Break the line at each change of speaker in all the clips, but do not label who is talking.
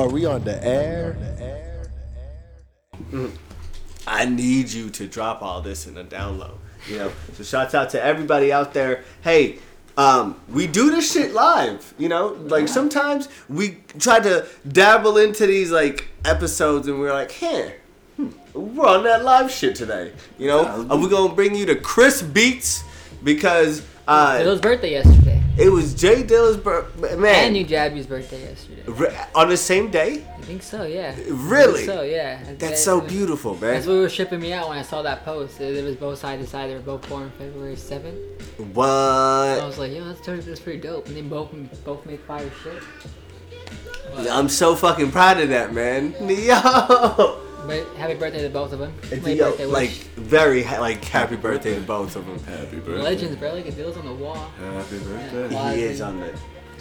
Are we on the air?
I need you to drop all this in a download. You know, so shouts out to everybody out there. Hey, um, we do this shit live. You know, like sometimes we try to dabble into these like episodes, and we're like, hey, hmm, we're on that live shit today. You know, and we're gonna bring you the Chris Beats because
It
uh,
was birthday yesterday,
it was Jay Dilla's bir-
and
man
you Jabby's birthday yesterday.
re- on the same day.
I think so, yeah.
Really?
I think so yeah. And that-
That's so beautiful, man.
That's what was shipping me out when I saw that post. It, it was both side to side. They were both born February 7th. I
What?
was like, yo, that's, totally, that's pretty dope. And they both both made fire shit.
I'm so fucking proud of that, man. Yo.
But happy birthday to both of them. Late
Yo,
birthday wish.
like very ha- like happy birthday to both of them.
Happy birthday.
Legends, bro. Like, Adila's on the wall.
Happy
Yeah.
birthday.
Wow.
He is on the.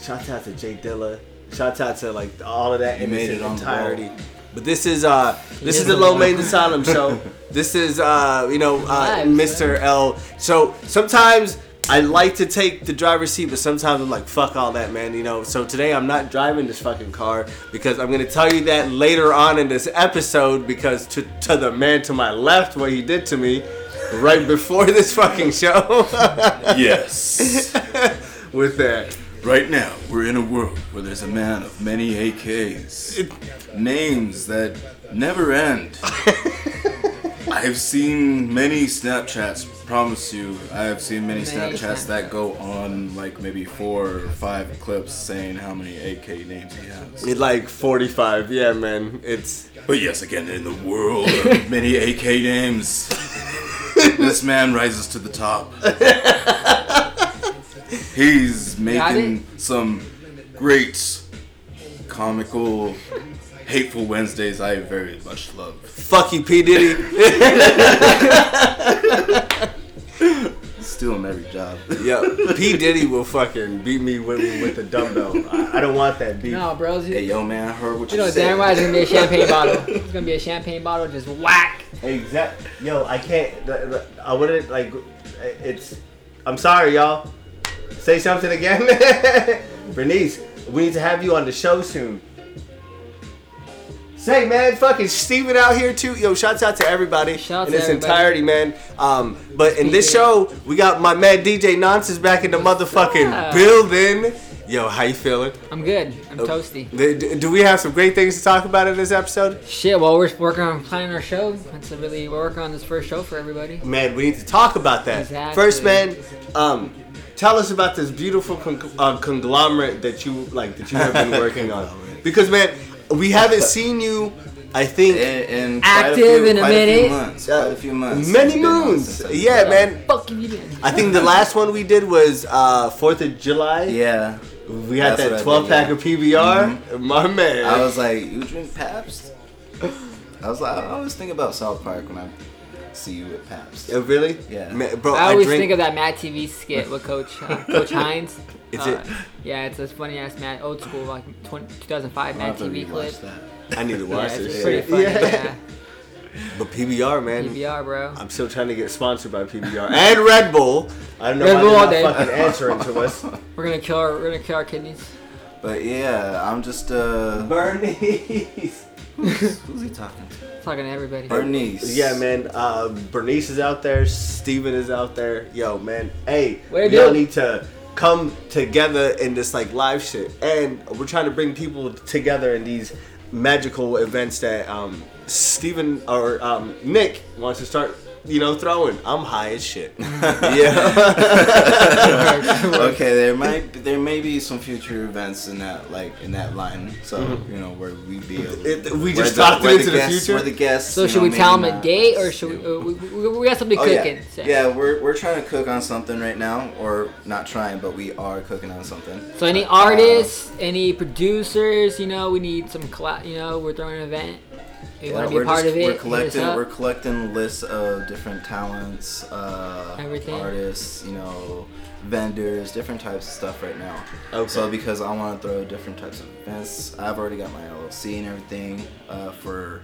Shout out to Jay Dilla. Shout out to like all of that
He
in
made
its
it on the
entirety. But this is uh this
is
is the
on
Low
the
Main Asylum show. This is uh you know uh,
Live,
Mr. L. So sometimes I like to take the driver's seat, but sometimes I'm like fuck all that man. You know. So today I'm not driving this fucking car because I'm gonna tell you that later on in this episode because to to the man to my left what he did to me right before this fucking show
Yes.
with that.
Right now, we're in a world where there's a man of many AKs. Names that never end. I've seen many Snapchats, promise you. I have seen many
Many
Snapchats that go on like maybe four or five clips saying how many AK names he has.
It, Like 45, yeah, man. It's
But yes, again, in the world of many AK names, this man rises to the top. He's
Got
making some great comical, hateful Wednesdays I very much love.
fuck you, P Diddy.
Stealing every job.
Yo, P Diddy will fucking beat me with with a dumbbell. I, I don't want that beat.
No, bros. You,
hey, yo, man, I heard what
you
you,
know,
said.
damn right it's gonna be a champagne bottle. It's gonna be a champagne bottle, just whack.
Exact. Yo, I can't. the- the- I wouldn't like. It's. I'm sorry, y'all. Say something again, Bernice. We need to have you on the show soon. Say, man, fucking Steven out here too. Yo, shouts out to everybody
Shout out
in
to
its
everybody.
entirety, man. Um, but in this
Speaking-
show, we got my man DJ Nonsense back in the motherfucking
up?
building. Yo, how you feeling? Uh,
I'm good. I'm
Oh.
toasty.
D- d- Do we have some great things to talk about in this episode?
Shit, while we're working on planning our show, that's a really we're working on this first show for everybody.
Man, we need to talk about that.
Exactly.
First, man, um, tell us about this beautiful con- uh, conglomerate that you like that you have been working on. Because, man, we haven't seen you. I think
In, in
Active in a
quite few
minute.
months, quite a few months. It's
many
been on
moons.
since I-
Yeah, man.
Fuck you, did
I think the last one we did was uh, Fourth of July.
Yeah.
We had
That's what I
that 12
did,
pack
yeah. Mm-hmm.
of PBR. My man.
I was like, you drink Pabst? I was like, I always think about South Park when I see you at Pabst.
Uh, really?
Yeah.
Man, bro.
I always
drink,
think of that Matt TV skit with Coach uh, Coach Hines.
Is
Uh,
it-
Yeah, it's this funny ass Matt, old school like 20, 2005
I'll
Matt
have to
TV clip.
rewatch that.
I need to
Yeah,
watch
it's
this.
pretty
shit.
funny.
Yeah.
Yeah,
But PBR, man.
PBR, bro.
I'm still trying to get sponsored by PBR and Red Bull. I don't know
Red
why
Bull all
they're
day.
not fucking answering to us.
We're gonna kill our we're gonna kill our kidneys.
But yeah, I'm just uh
Bernice.
who's he talking to?
Talking to everybody.
Bernice.
Yeah, man. Uh, Bernice is out there. Steven is out there. Yo, man. Hey,
Where
y'all
do-
need to come together in this like live shit, and we're trying to bring people together in these magical events that um, Steven or um, Nick wants to start. You know, throwing. I'm high as shit. yeah.
Okay, there might there may be some future events in that like in that line. So, you know, where we be able
Mm-hmm. It- we
where
just talked
where
into the
guests,
future?
Where the guests
so
you
should
know,
we tell
maybe
them a
not
date or should we,
do-
uh, we, we, we got something
Oh,
cooking?
yeah.
so.
yeah, we're we're trying to cook on something right now, or not trying, but we are cooking on something.
So any
Uh,
artists, any producers, you know, we need some collab. You know, we're throwing an event. If you
Yeah,
want to be
we're
a part
just-
of it?
We're
hit us
collecting.
up.
We're collecting lists of different talents, uh,
Everything.
artists, you know, vendors, different types of stuff right now.
Okay.
So because I want to throw different types of events, I've already got my LLC and everything uh, for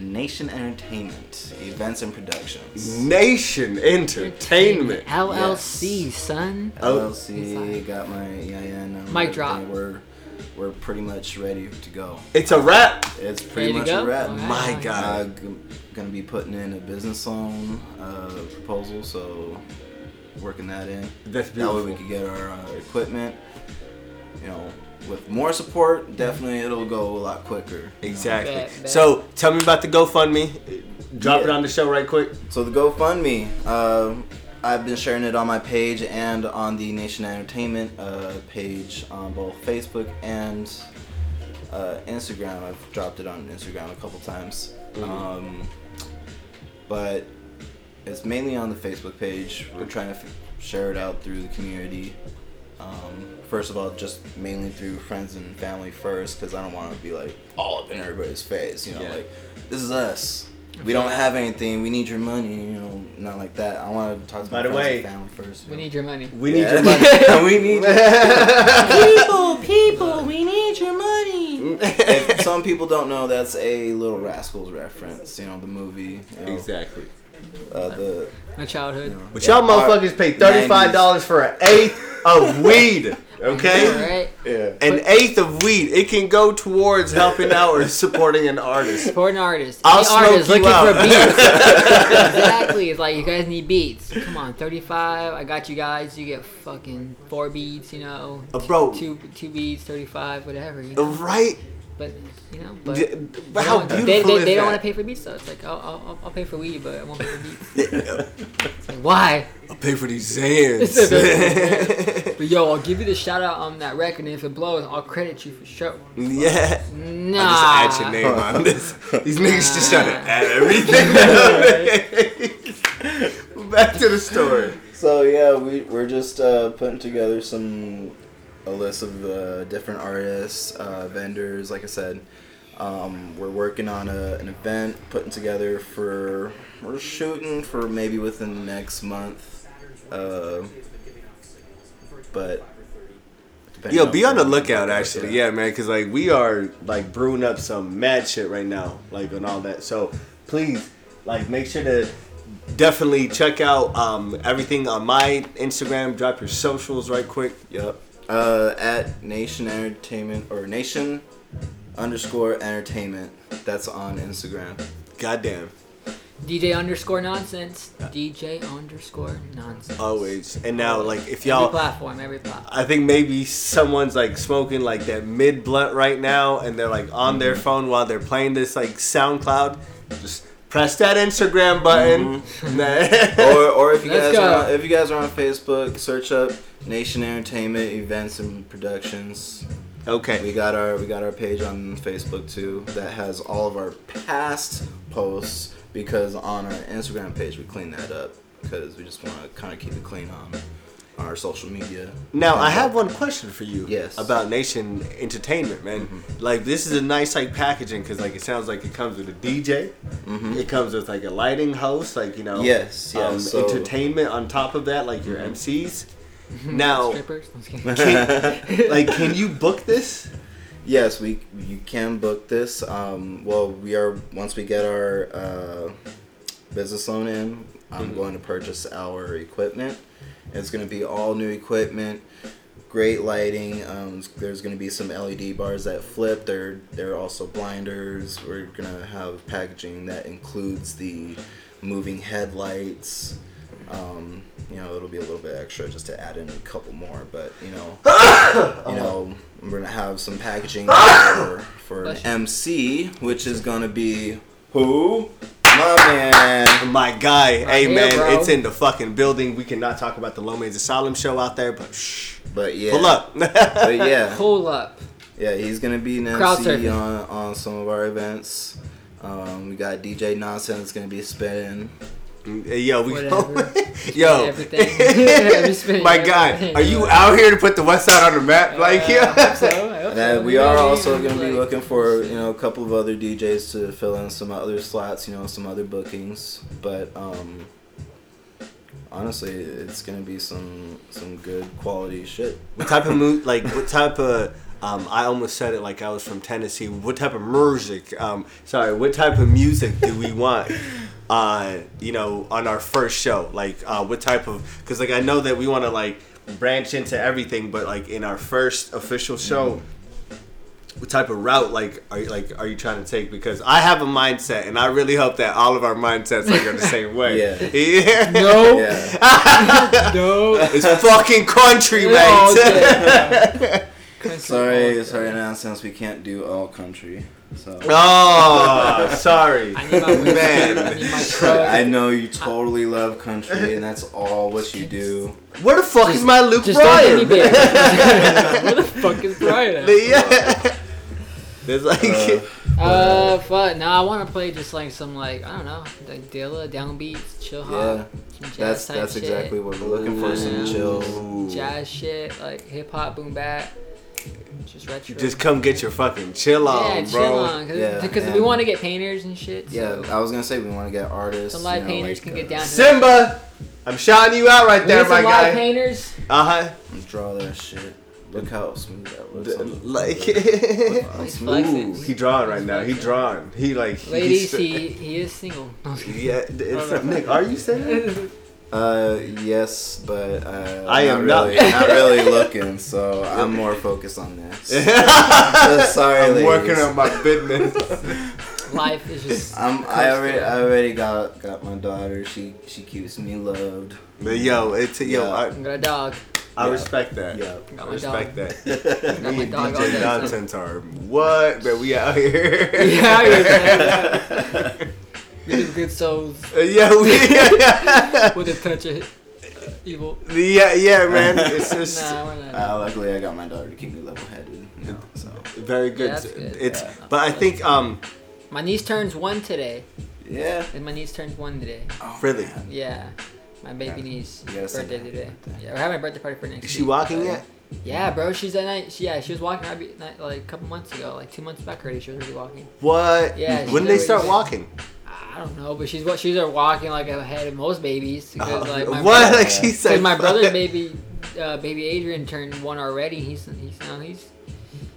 Nation Entertainment events and
Mm-hmm.
productions.
Nation Entertainment.
LLC, son.
Oh.
Uh,
LLC got my E EIN. number,
Mic drop.
everything. We're
we're pretty much ready to go.
It's a wrap.
It's pretty
Ready
much
to
a
go?
wrap.
Alright.
My
Uh,
God.
g- gonna be putting in a business loan uh, proposal, so working that in.
That's
That way we
beautiful.
can get our uh, equipment. You know, with more support, definitely it'll go a lot quicker.
Exactly.
Bet, bet.
So tell me about the GoFundMe. Drop it
Yeah.
on the show right quick.
So the GoFundMe, uh, I've been sharing it on my page and on the Nation Entertainment uh, page on both Facebook and uh, Instagram. I've dropped it on Instagram a couple times,
Mm-hmm.
um, but it's mainly on the Facebook page. We're trying to f- share it out through the community. Um, first of all, just mainly through friends and family first, because I don't want to be like all up in everybody's face. You know,
Yeah.
like this is us. We don't have anything. We need your money. You know, not like that. I want to talk to
By
my
the
friends
way,
and family first. you
We
know.
need your money.
We need
Yeah.
your money.
we need people, people, we need your money. if some people don't know, that's a Little Rascals reference. You know the movie. You know,
Exactly.
Uh, the
My childhood.
you know,
But
yeah,
y'all
our
motherfuckers pay thirty-five dollars for an eighth of weed. Okay.
Alright.
An eighth of weed. It can go towards helping out or supporting an artist.
Support an artist.
I'll
Any
smoke
artist
you
looking
out.
for beats. exactly. It's like you guys need beats. Come on, 35. I got you guys. You get fucking four beats. You know,
Uh, bro.
two two beats, 35, whatever. You know?
Right?
But you know, but.
D-
they
How
don't-
beautiful
they, they,
is
they don't want
that?
to pay for beats though. It's like I'll, I'll, I'll- I'll pay for weed, but I won't pay for beats. It's like, why?
I'll pay for these Zans.
But yo, I'll give you the shout out on that record, and if it blows, I'll credit you for sure.
yeah.
Nah.
I just add your name on this. These niggas just trying to add everything. Back to the story.
So yeah, we we're just uh, putting together some a list of uh, different artists, uh, vendors. Like I said, um, we're working on a, an event, putting together for we're shooting for maybe within the next month. Uh, but depending
Yo, be on the lookout.
Yeah.
Actually, yeah, man, because like we are like brewing up some mad shit right now, like and all that. So please, like, make sure to definitely check out um, everything on my Instagram. Drop your socials right quick.
Yep. Uh, at Nation Entertainment or Nation underscore Entertainment. That's on Instagram.
Goddamn,
DJ underscore nonsense. DJ underscore nonsense.
Oh,
always. And now, like, if
Every
y'all.
platform, every platform.
I think maybe someone's like smoking like that mid blunt right now, and they're like on
Mm-hmm.
their phone while they're playing this like SoundCloud. Just press that Instagram button.
Mm-hmm. or, or if you
Let's
guys
go.
are on, if you guys are on Facebook, search up Nation Entertainment Events and Productions.
okay.
We got our we got our page on Facebook too that has all of our past posts because on our Instagram page we clean that up because we just want to kind of keep it clean on our social media. Um,
Now I have one question for you.
Yes. Mm-hmm.
About Nation Entertainment, man. Like this is a nice like packaging because like it sounds like it comes with a DJ. It comes with like a lighting host, like you know.
Mm-hmm. Yes, yes,
um,
so- Mm-hmm.
Entertainment on top of that, like your MCs. Now,
Strippers. I'm just kidding.
can, like, can you book this?
Yes, we you can book this. Um, well, we are once we get our uh, business loan in,
Mm-hmm.
I'm going to purchase our equipment. It's going to be all new equipment, great lighting. Um, there's going to be some LED bars that flip. There there are also blinders. We're going to have packaging that includes the moving headlights. Um, you know, it'll be a little bit extra just to add in a couple more, but you know, you know, we're gonna have some packaging for, for an
Bless you.
MC, which is gonna be who? My man.
My guy, hey
here,
man,
bro.
it's in the fucking building. We cannot talk about the Lomaze Asylum show out there, but shh,
But yeah.
pull up.
But yeah,
Pull up.
yeah, he's gonna be an
Crowd
MC
surfing.
on, on some of our events. Um, we got DJ Nonsense gonna be spinning.
Yo, we
Whatever.
Yo,
Everything. Just spinning
my
everything. Uh,
guy, are you
Yeah.
out here to put the West Side on the map? Like,
I
yeah.
hope so, I hope
And then
so.
we are
Yeah,
also
yeah,
gonna be
like-
looking for you know a couple of other DJs to fill in some other slots, you know, some other bookings. But um, honestly, it's gonna be some some good quality shit.
What type of mu- like what type of um, I almost said it like I was from Tennessee. What type of music? Um, sorry, what type of music do we want? Uh, you know, on our first show, like uh, what type of? Because like I know that we want to like branch into everything, but like in our first official show, type of route like are you, like are you trying to take? Because I have a mindset, and I really hope that all of our mindsets are going the same way.
Yeah.
yeah.
No,
Yeah,
no.
It's fucking country, mate.
Oh, yeah.
sorry, sorry, nonsense. We can't do all country. So
oh, sorry.
I need my whiskey,
Man.
I need my truck.
I know you totally love country, and that's all what you do.
Where the fuck is my Luke
Just don't give me
Bryan?
beer. Where the fuck is Brian at?
yeah. There's like
Uh,
Uh, fuck. No, I want to play just like some like I don't know, like Dilla, downbeats, chill hop,
Yeah,
some jazz
that's
type
that's
shit,
exactly what we're looking for. Some
Ooh.
chill.
jazz shit, like hip hop, boom bap, just retro.
Just come get your fucking chill on, bro.
yeah, chill on, cause,
Yeah,
'cause we
and-
want to get painters and shit.
Yeah,
so
I was gonna say we want to get artists.
some
you
live
know,
painters
like,
can get
uh,
down. To that.
Simba, I'm shouting you out right
We need
there,
some
my guy.
live painters.
Uh huh.
Draw that shit. Look how smooth that looks. on the-
Like,
on
He's
smooth.
ooh, he drawing right now. He drawing. He like. he-
Ladies,
he's-
he he is single.
Yeah, it's, Nick, are you saying?
Uh, yes, but uh,
I am not.
really, not really looking, so I'm more focused on this. Sorry,
I'm
ladies.
working on my business.
Life is just.
I'm, I already, I already got got my daughter. She she keeps me loved.
But yo, it's yo,
Yeah.
I,
I got a dog.
I
Yeah.
respect that.
Got
I
my
respect that.
Yep.
Me and
dog all day,
DJ
son.
Nonsense are what? But we out here.
Yeah, you're good. You're good souls
yeah, we.
with a touch of evil.
yeah, yeah, man. It's just
Nah, we're not.
uh, luckily, I got my daughter to keep me level-headed. You know, so
very good.
Yeah, that's good.
It's,
Yeah.
but I think um,
My niece turns one today,
yeah.
and my niece turns one today.
Oh,
really,
man.
Yeah, my baby niece
You gotta send
birthday
her
today.
happy birthday.
Yeah, we're having a birthday party for next.
is she
week.
walking yet?
Yeah, bro, she's that night. She, yeah, she was walking right be, night, like a couple months ago, like two months back already. She was already walking.
What?
Yeah, she's
when they
already
start
been-
walking?
I don't know, but she's what she's already walking like ahead of most babies. 'cause, like, my
Oh, what?
brother-
like she said.
Because my brother's
fuck.
baby, uh, baby Adrian turned one already. He's he's now he's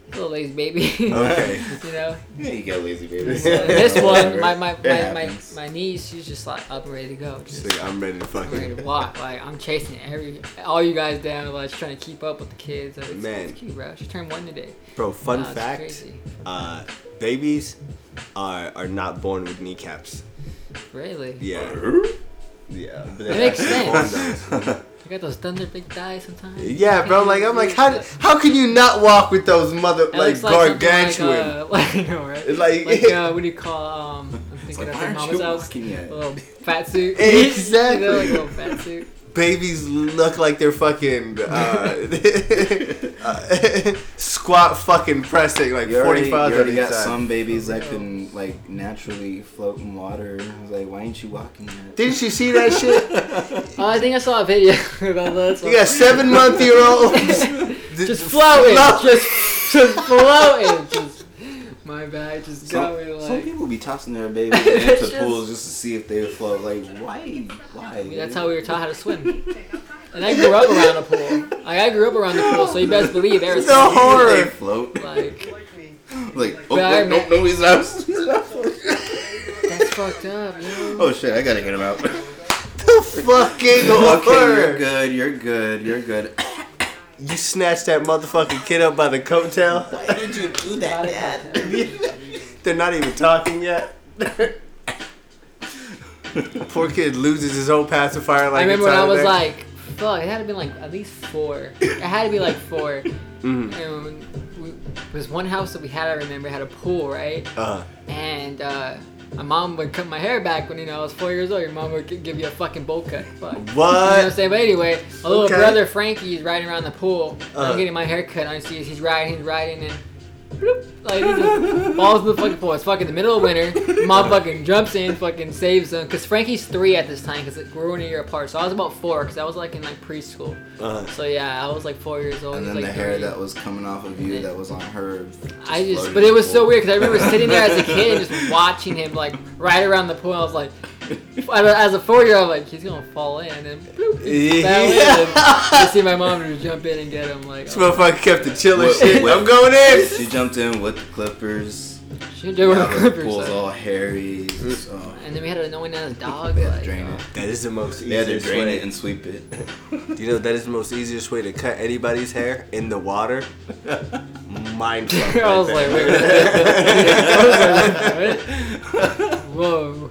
a little lazy baby.
Okay.
you know,
Yeah, you get lazy babies.
Yeah.
this one, my my,
It
my, my
happens.
my niece, she's just like up and ready to go. Just
She's like, I'm ready to
I'm ready to
fucking.
walk. Like I'm chasing every all you guys down. Like trying to keep up with the kids. Like, it's,
Man.
it's cute, bro. She turned one today.
Bro, fun
Nah, it's
fact:
crazy.
uh, babies are are not born with kneecaps.
Really?
Yeah, yeah. But they're
makes
actually
sense.
born those.
You got those thunder big thighs sometimes.
Yeah, bro. Like I'm like, how how can you not walk with those mother
It
like
looks something
gargantuan?
Like, uh, like, you know, right?
Like-
like uh, what do you call? Um, I'm
It's
thinking
like,
of
why
my
aren't
mama's
you
house.
walking yet?
A little fat suit.
Exactly.
you know, like a little fat suit.
babies look like they're fucking uh, uh, squat fucking pressing like
You already,
45
you already got
times.
some babies that can like naturally float in water. I was like, why ain't you walking yet?
Didn't you see that shit?
Oh, I think I saw a video about that.
You got seven month year olds
just floating,
float.
just just floating, just my bad, just got me
Some,
like.
some people be tossing their babies into
Just-
pools just to see if they would float. Like, why? Why?
I mean, that's how we were taught how to swim. And I grew up around a pool. Like, I grew up around the pool, so you best believe there was
No.
Did
horror.
They float.
like
Like, oh,
But I
wait, no,
mean-
no, he's not. he's not floating.
that's fucked up. Yo.
Oh shit! I gotta get him out.
fucking
okay, you're
horror.
good. You're good. You're good.
You snatched that motherfucking kid up by the coattail.
Why did you do that?
They're not even talking yet. Poor kid loses his whole pacifier
I
like it's
remember when I
out of
was
there.
like, fuck, it had to be like at least four. It had to be like 4 And we, there's one house that we had. I remember had a pool, right?
uh,
And uh, my mom would cut my hair back when you know I was four years old. Your mom would gi- give you a fucking bowl cut. Fuck. You know what I'm
what?
saying? But anyway, my little
Okay.
brother Frankie is riding around the pool.
Uh.
I'm getting my hair cut. and I see he's, he's riding, he's riding, and bloop, like he just falls in the fucking pool. It's fucking the middle of winter. Mom fucking jumps in, fucking saves him. Cause Frankie's three at this time, cause like, we're one year apart. So I was about four, cause I was like in like preschool.
Uh,
So yeah, I was like four years old.
And
he's,
then
like,
the hair
three.
that was coming off of you, that was on her.
I just,
floated
but it was
in
so
the
weird because I remember sitting there as a kid and just watching him like right around the pool. I was like, as a four year old, like he's gonna fall in, and bloop, he fell in. And I see my mom just jump in and get him. Like,
This
oh.
motherfucker kept the chiller
What-
shit.
what-
I'm going in.
pool. She jumped in with the clippers.
She did with the
Yeah, the
Clippers.
pool's
though.
all hairy. so
And then we had an annoying ass dog.
they had
like,
to drain
uh,
it.
That is the most
They had to
easiest
drain
way.
it and sweep it.
you know that is the most easiest way to cut anybody's hair in the water. Mind fuck.
I was
right
like,
there.
wait. I was like, what? Whoa.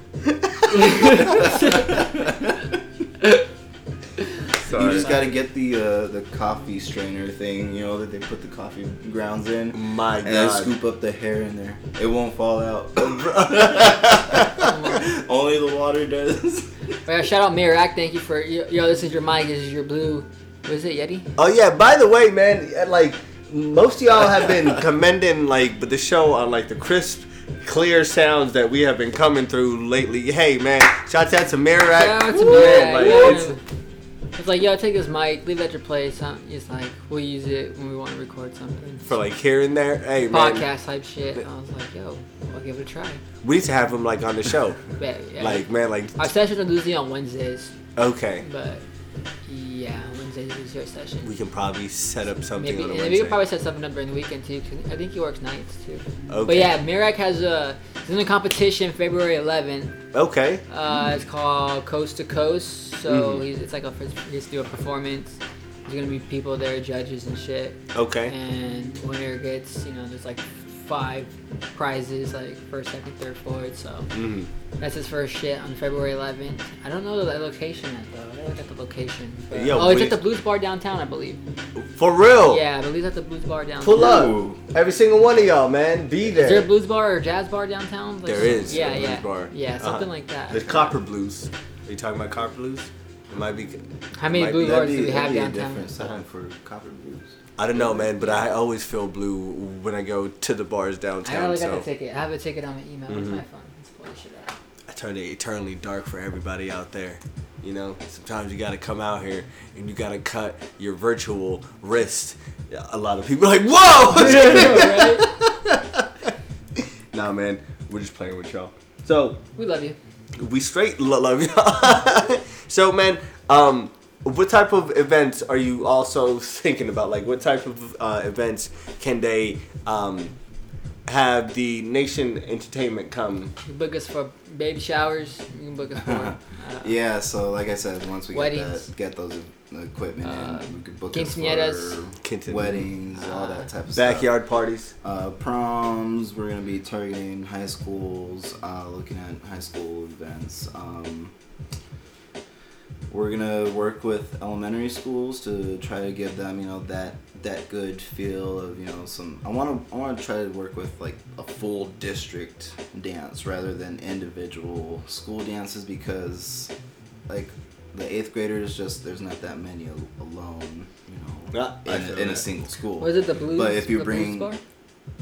You just gotta get the uh, the coffee strainer thing, you know, that they put the coffee grounds in.
My
and they
God.
scoop up the hair in there. It won't fall out. Only the water does.
But yeah, shout out Mirak. Thank you for yo. yo, This is your mic. This is your blue. What is it, Yeti?
Oh yeah, by the way, man, uh, like most of y'all have been commending like but the show on like the crisp, clear sounds that we have been coming through lately. Hey man, shout out to Mirak.
Shout out to
Woo,
Mirak.
like,
yeah.
it's-
It's like, yo, take this mic, leave it at your place. Huh? It's like, we'll use it when we want to record something.
for like here and there. Hey man,
Podcast type shit. And I was like, yo, I'll give it a try.
we need to have him like on the show.
But, yeah.
Like man, like
our sessions are usually on Wednesdays,
okay,
but yeah, Wednesdays is your session.
we can probably set up something
Maybe
on a
and
Wednesday.
we could probably set something up during the weekend too. 'cause I think he works nights too.
Okay.
But yeah, Mirak has a he's in a competition February 11th.
okay.
Uh, it's called Coast to Coast. So
Mm-hmm.
he's it's like a he has to do a performance. There's gonna be people there, judges and shit.
Okay.
And winner gets you know there's like five prizes like first, second, third, fourth. So
Mm-hmm.
that's his first shit on February 11th. I don't know the location yet, though. I gotta look at the location. But-
Yo,
oh, it's
please.
at the Blues Bar downtown, I believe.
For real.
Yeah, I believe it's at the Blues Bar downtown.
Oh. Pull up.
Ooh.
Every single one of y'all, man. Be there.
Is there a blues bar or jazz bar downtown? Like,
There is
Yeah,
a blues
yeah.
bar.
Yeah,
Uh,
something
Uh-huh.
like that.
There's copper blues. Are you talking about copper blues? It might be.
How many
might
blue
be-
bars
That'd
do
be,
we
that'd
have
be a
downtown?
different sign for copper blues.
I don't know, man, but I always feel blue when I go to the bars
I gotta
downtown.
look at the
So
ticket. I have a ticket on my email. It's
Mm-hmm.
my phone. Let's pull this shit out.
I turned it eternally dark for everybody out there. You know, sometimes you gotta come out here and you gotta cut your virtual wrist. Yeah, A lot of people are like, whoa!
Right?
nah, man, we're just playing with y'all. So
We love you.
we straight lo- love y'all. so man, um, what type of events are you also thinking about? Like, what type of uh, events can they um, have the Nation Entertainment come?
You book us for baby showers. You can book us for uh,
Yeah, so like I said, once we get,
Weddings.
that, get those equipment
Uh,
in, we could book it
quinceañeras.
for
Quinceañeras.
weddings, all that type of stuff.
Backyard parties.
uh, proms. We're gonna be targeting high schools, uh, looking at high school events. Um, we're gonna work with elementary schools to try to give them, you know, that that good feel of, you know, some. I wanna I wanna try to work with like a full district dance rather than individual school dances because, like, the eighth graders just there's not that many al- alone, you know,
Yeah, I
in, a-
feel
in a
that.
single school.
Was it the blues?
But if you
the
bring-
blues bar?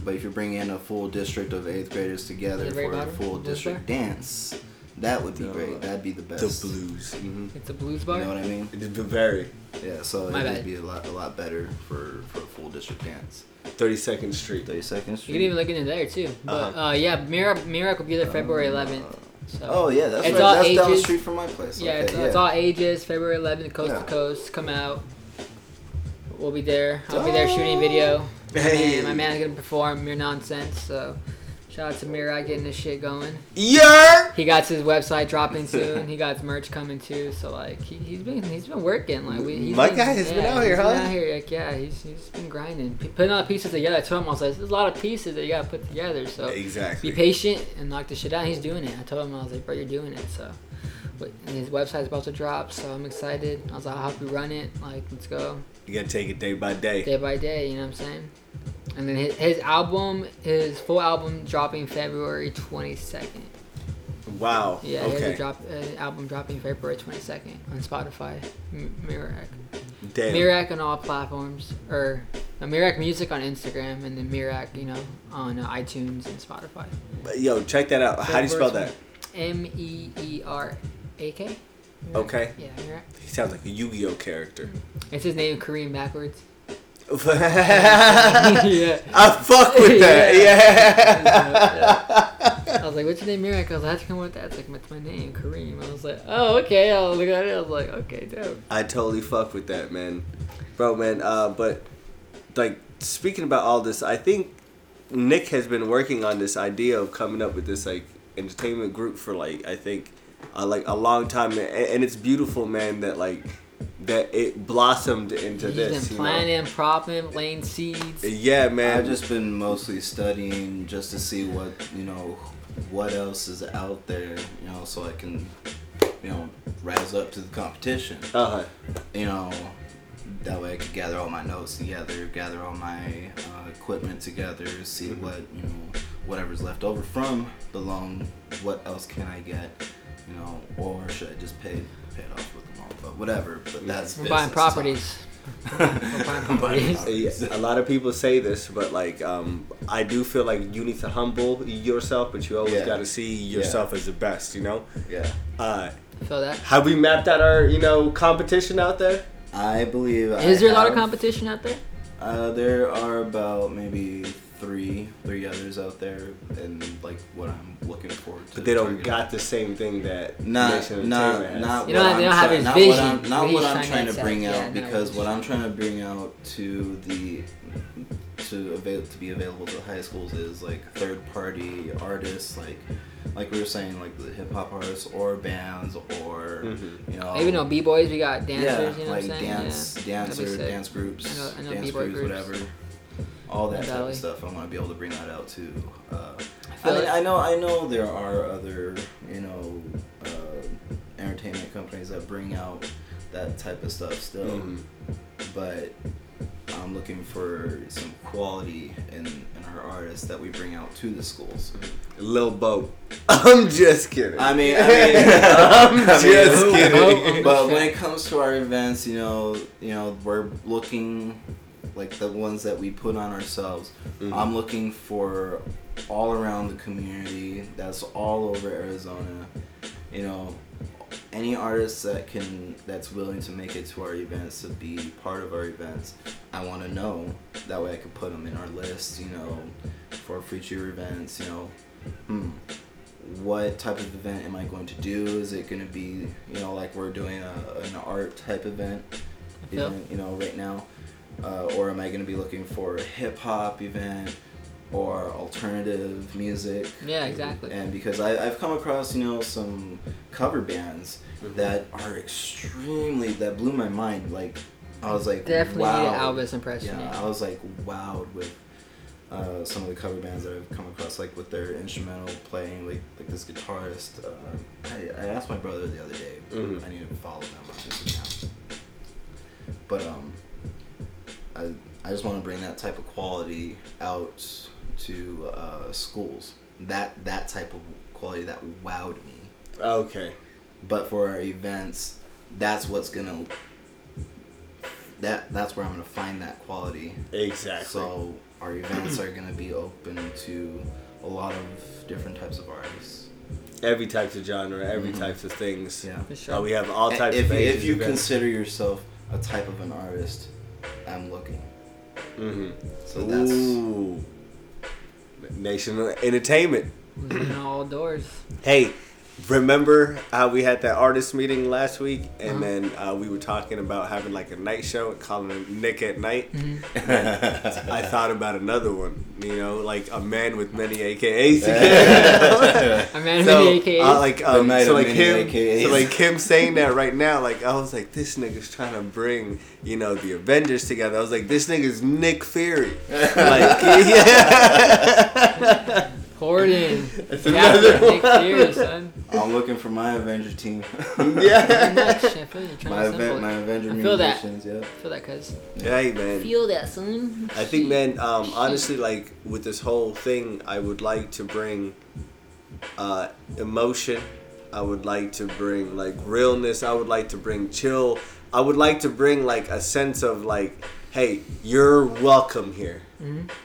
But if you bring in a full district of eighth graders together
The
for
very
a
bottom?
full
Blues
district dance, that would be
The-
great. That'd be the best.
The blues. Mm-hmm.
it's a blues
You
bar.
know what I mean?
It's very
Yeah. So
My bad.
it'd be a lot, a lot better for for a full district dance.
32nd Street.
Thirty seconds.
You can even look into there too. But
Uh-huh.
uh, yeah, Mira Mira will be there February 11th. So.
Oh yeah, that's
It's
right.
all
That's down the
ages.
street from my place.
Yeah,
Okay,
it's,
yeah.
it's all ages. February 11th, coast
Yeah.
to coast. Come out. We'll be there. I'll be there shooting
Oh.
video. Hey. my man's gonna perform Mere Nonsense. So, shout out to Mirai getting this shit going.
Yeah.
He got his website dropping soon. he got his merch coming too. So like he, he's been he's been working. Like we, he's
My
been,
guy has been out here,
he's
huh?
Been out here, like, yeah, he's, he's been grinding, P- putting all the pieces together. I told him I was like, there's a lot of pieces that you gotta put together. So
Exactly.
be patient and knock the shit out. He's doing it. I told him I was like, bro, you're doing it. So, but and his website's about to drop, so I'm excited. I was like, I'll help you run it. Like, let's go
You gotta take it day by day.
day by day. You know what I'm saying? And then his, his album, his full album, dropping February 22nd.
Wow.
Yeah, he has
okay.
a drop an album dropping February 22nd on Spotify, M- Mirak,
Damn.
Mirak on all platforms, or no, Mirak Music on Instagram, and then Mirak, you know, on uh, iTunes and Spotify.
Yo, check that out. How do you spell that?
M E E R A K.
Okay.
Yeah, Mirak.
He sounds like a Yu-Gi-Oh character.
It's his name Kareem backwards.
I
Mm-hmm. yeah.
fuck with that. Yeah.
I was like, what's your name, Mirak? I was like, how'd you come up with that? It's like, that's my name, Kareem. I was like, oh, okay. I was looking at it. I was like, okay, dope.
I totally fuck with that, man. Bro, man. Uh, but like speaking about all this, I think Nick has been working on this idea of coming up with this like entertainment group for like I think uh, like a long time, and, and it's beautiful, man. That like that it blossomed into
He's
this.
been
you know?
planting, propping, laying seeds.
Yeah, man.
I've just been mostly studying just to see what you know, what else is out there, you know, so I can, you know, rise up to the competition.
uh huh.
You know, that way I could gather all my notes together, gather all my uh, equipment together, see
Mm-hmm.
what you know, whatever's left over from the loan. What else can I get? You know, or should I just pay pay it off with the loan? But whatever. But that's
We're buying
business
properties. We're buying properties.
Yeah, a lot of people say this, but like, um, I do feel like you need to humble yourself, but you always
Yeah.
got to see yourself as the best, you know.
talk. Yeah.
Uh,
Feel that?
have we mapped out our, you know, competition out there?
I believe.
Is
I
there a lot of
have-
competition out there?
Uh, there are about maybe three, three others out there, and like what I'm looking for. To
But they don't
target.
got the same thing that
Not,
Nation
not,
Entertainment
not
You
what
don't have-
I'm
they don't have
try-
his
not
vision,
what I'm, not
what
what
he's
I'm
trying
trying
to
to bring
say.
out
Yeah, I know
because
what
what I'm trying to bring out to the to avail to be available to high schools is like third party artists like like we were saying like the hip hop artists or bands or you
Oh.
know
Even though b boys, we got dancers.
yeah,
you know
like
what I'm saying?
dance,
yeah. That'd be
dancer,
sick.
dance groups,
I know- I know
dance
b-boy
crews,
groups.
whatever. All that type
Ballet.
of stuff. I want to be able to bring that out too. Uh, I,
feel
mean,
it.
I know, I know there are other, you know, uh, entertainment companies that bring out that type of stuff still,
Mhm.
Mm-hmm.
but I'm looking for some quality in, in our artists that we bring out to the schools.
Lil Bo. I'm just kidding.
I mean, I mean
I'm
I
just
mean,
kidding.
but when it comes to our events, you know, you know, we're looking like the ones that we put on ourselves. I'm looking for all around the community that's all over Arizona. You know, any artist that can that's willing to make it to our events to be part of our events. I want to know that way I can put them in our list. You know, for future events. You know, hmm what type of event am I going to do? Is it going to be, you know, like we're doing a, an art type event,
Yeah.
even, you know, right now? Uh, or am I going to be looking for a hip hop event or alternative music?
Yeah, exactly.
And because I, I've come across, you know, some cover bands
Mm-hmm.
that are extremely, that blew my mind. Like, I was like,
Definitely
wow.
need an Elvis impression.
Yeah, I was like wowed with uh, some of the cover bands that I've come across, like with their instrumental playing, like like this guitarist. Uh, I, I asked my brother the other day.
Mhm.
I need to follow them on Instagram. But um, I I just want to bring that type of quality out to uh, schools. That that type of quality that wowed me.
okay.
But for our events, that's what's gonna that that's where I'm gonna find that quality
Exactly.
so our events are going to be open to a lot of different types of artists.
every types of genre, every types of things.
Yeah.
For sure.
Uh, we have all types
if,
of
you-
ages.
if you
events.
consider yourself a type of an artist, I'm looking. Mm-hmm.
Mhm.
So that's
Ooh. National Entertainment.
Opening all doors.
Hey, remember how we had that artist meeting last week, and then uh, we were talking about having like a night show and calling it Nick at Night. I thought about another one, you know, like a man with many AKAs.
I mean,
So,
so, AKAs.
uh, like, um,
night
so
of
like
many
him,
AKAs.
so like him saying that right now, like I was like, this nigga's trying to bring, you know, the Avengers together. I was like, this nigga's Nick Fury. Like, yeah.
Hoarding.
That's
Yeah,
another
Nick
one.
Fury, son.
I'm looking for my Avenger team.
Very
Yeah.
much. I feel you. Trying
my
to simple.
event, my Avenger
I feel that.
musicians. Yeah.
Feel that, cuz.
Hey man.
Feel that, son.
I think, man, um, honestly, like with this whole thing, I would like to bring uh, emotion. I would like to bring like realness. I would like to bring chill. I would like to bring like a sense of like, hey, you're welcome here.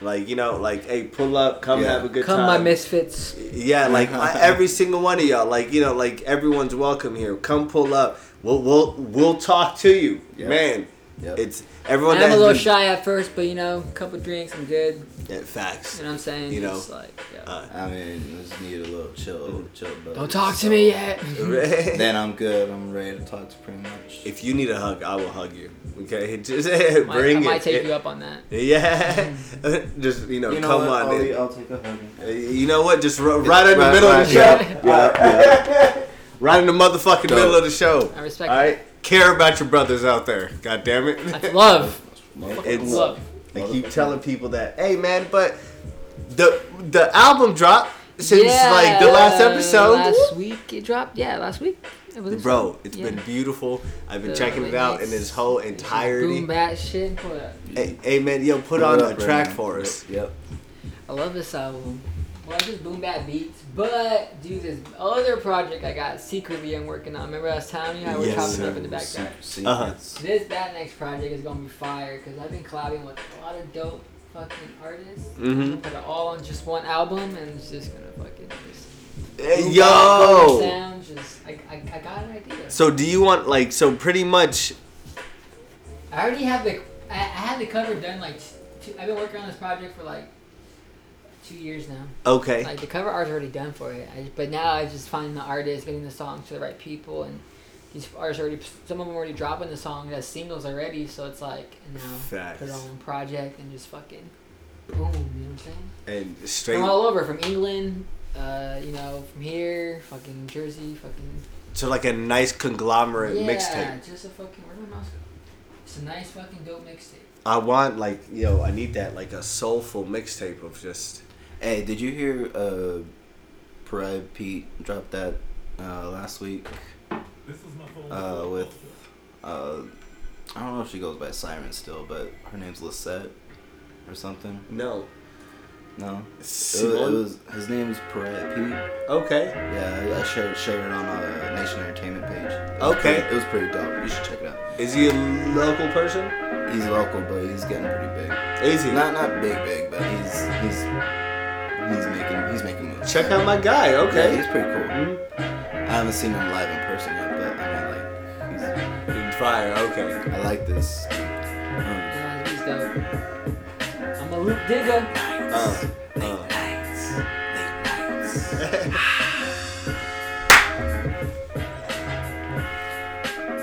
Like you know, like hey, pull up, come
Yeah.
have a good
Mm-hmm. Come,
time.
my misfits.
Yeah, like I, every single one of y'all, like you know, like everyone's welcome here. Come pull up. We'll we'll we'll talk to you,
Yeah.
man.
Yep.
It's everyone
And I'm a
that's
little
been-
shy at first, but you know, a couple drinks, I'm good. You
Yeah, facts.
know what I'm saying?
You know,
Just like, yeah.
uh,
I mean, just need a little chill, chill. Buzz.
Don't talk
So,
to me yet.
Then I'm good. I'm ready to talk to pretty much.
if you need a hug, I will hug you. Okay, just
Might,
bring
I
it.
might take you up on that.
Yeah, just you know,
You know
come
what?
on.
Ollie,
dude.
I'll take a hug.
Uh, You know what? Just r- right in the
right-
middle of
right-
the show.
yeah,
Right in the motherfucking
Dope.
middle of the show.
I respect
All right, care about your brothers out there. God damn it.
that. That's love.
Motherfucker.
It's-
It's love.
I keep telling people that, hey man, but the the album dropped since like the last episode.
Last week it dropped. Yeah, last week. It was
Bro, it's
Yeah.
been beautiful. I've been
The-
checking it
like,
out in its whole
Boom
entirety.
bat shit. Hold up.
Hey, hey man, yo, put on a track for us.
Yep.
I love this album. Well, it's just boom bap beats, but do this other project I got secretly I'm working on. Remember I was telling you I was
Yes,
chopping
sir.
up in the background.
Se-
Uh-huh.
secrets.
This that next project is gonna be fire because I've been collabing with a lot of dope fucking artists.
Mhm.
Put it all on just one album and it's just gonna fucking just
Hey,
boom bap, boom
yo.
sound, just I, I, I got an idea.
So do you want like so pretty much
I already have the I, I had the cover done like two, I've been working on this project for like two years now.
okay.
Like the cover art's already done for it, I, but now I just find the artist, getting the song to the right people, and these artists already some of them already dropping the song as singles already, so it's like you know put it
Facts.
on one project and just fucking boom, you know what I'm saying?
And
From
straight
all over, from England, uh, you know, from here, fucking Jersey, fucking
to like a nice conglomerate
yeah,
mixtape.
just a fucking where did my mouse go? It's a nice fucking dope mixtape.
I want like yo, I need that like a soulful mixtape of just
Hey, did you hear uh, Pariah Pete drop that uh, last week uh, with uh, I don't know if she goes by Siren still, but her name's Lisette or something.
no.
No, it was, it was his name's Pariah Pete.
Uh, Okay.
Yeah, I- I shared shared it on my Nation Entertainment page. It was
Okay.
pretty- it was pretty dope. You should check it out.
Is he a local person?
He's local, but he's getting pretty big.
Is he?
Not not big big, but he's he's he's making he's making moves.
Check out my guy.
Yeah,
Okay.
he's pretty cool.
Mhm.
I haven't seen him live in person yet, but I mean like he's
Fire. Okay.
I like this.
Yeah, it's dope. I'm a loop digger.
Uh, uh.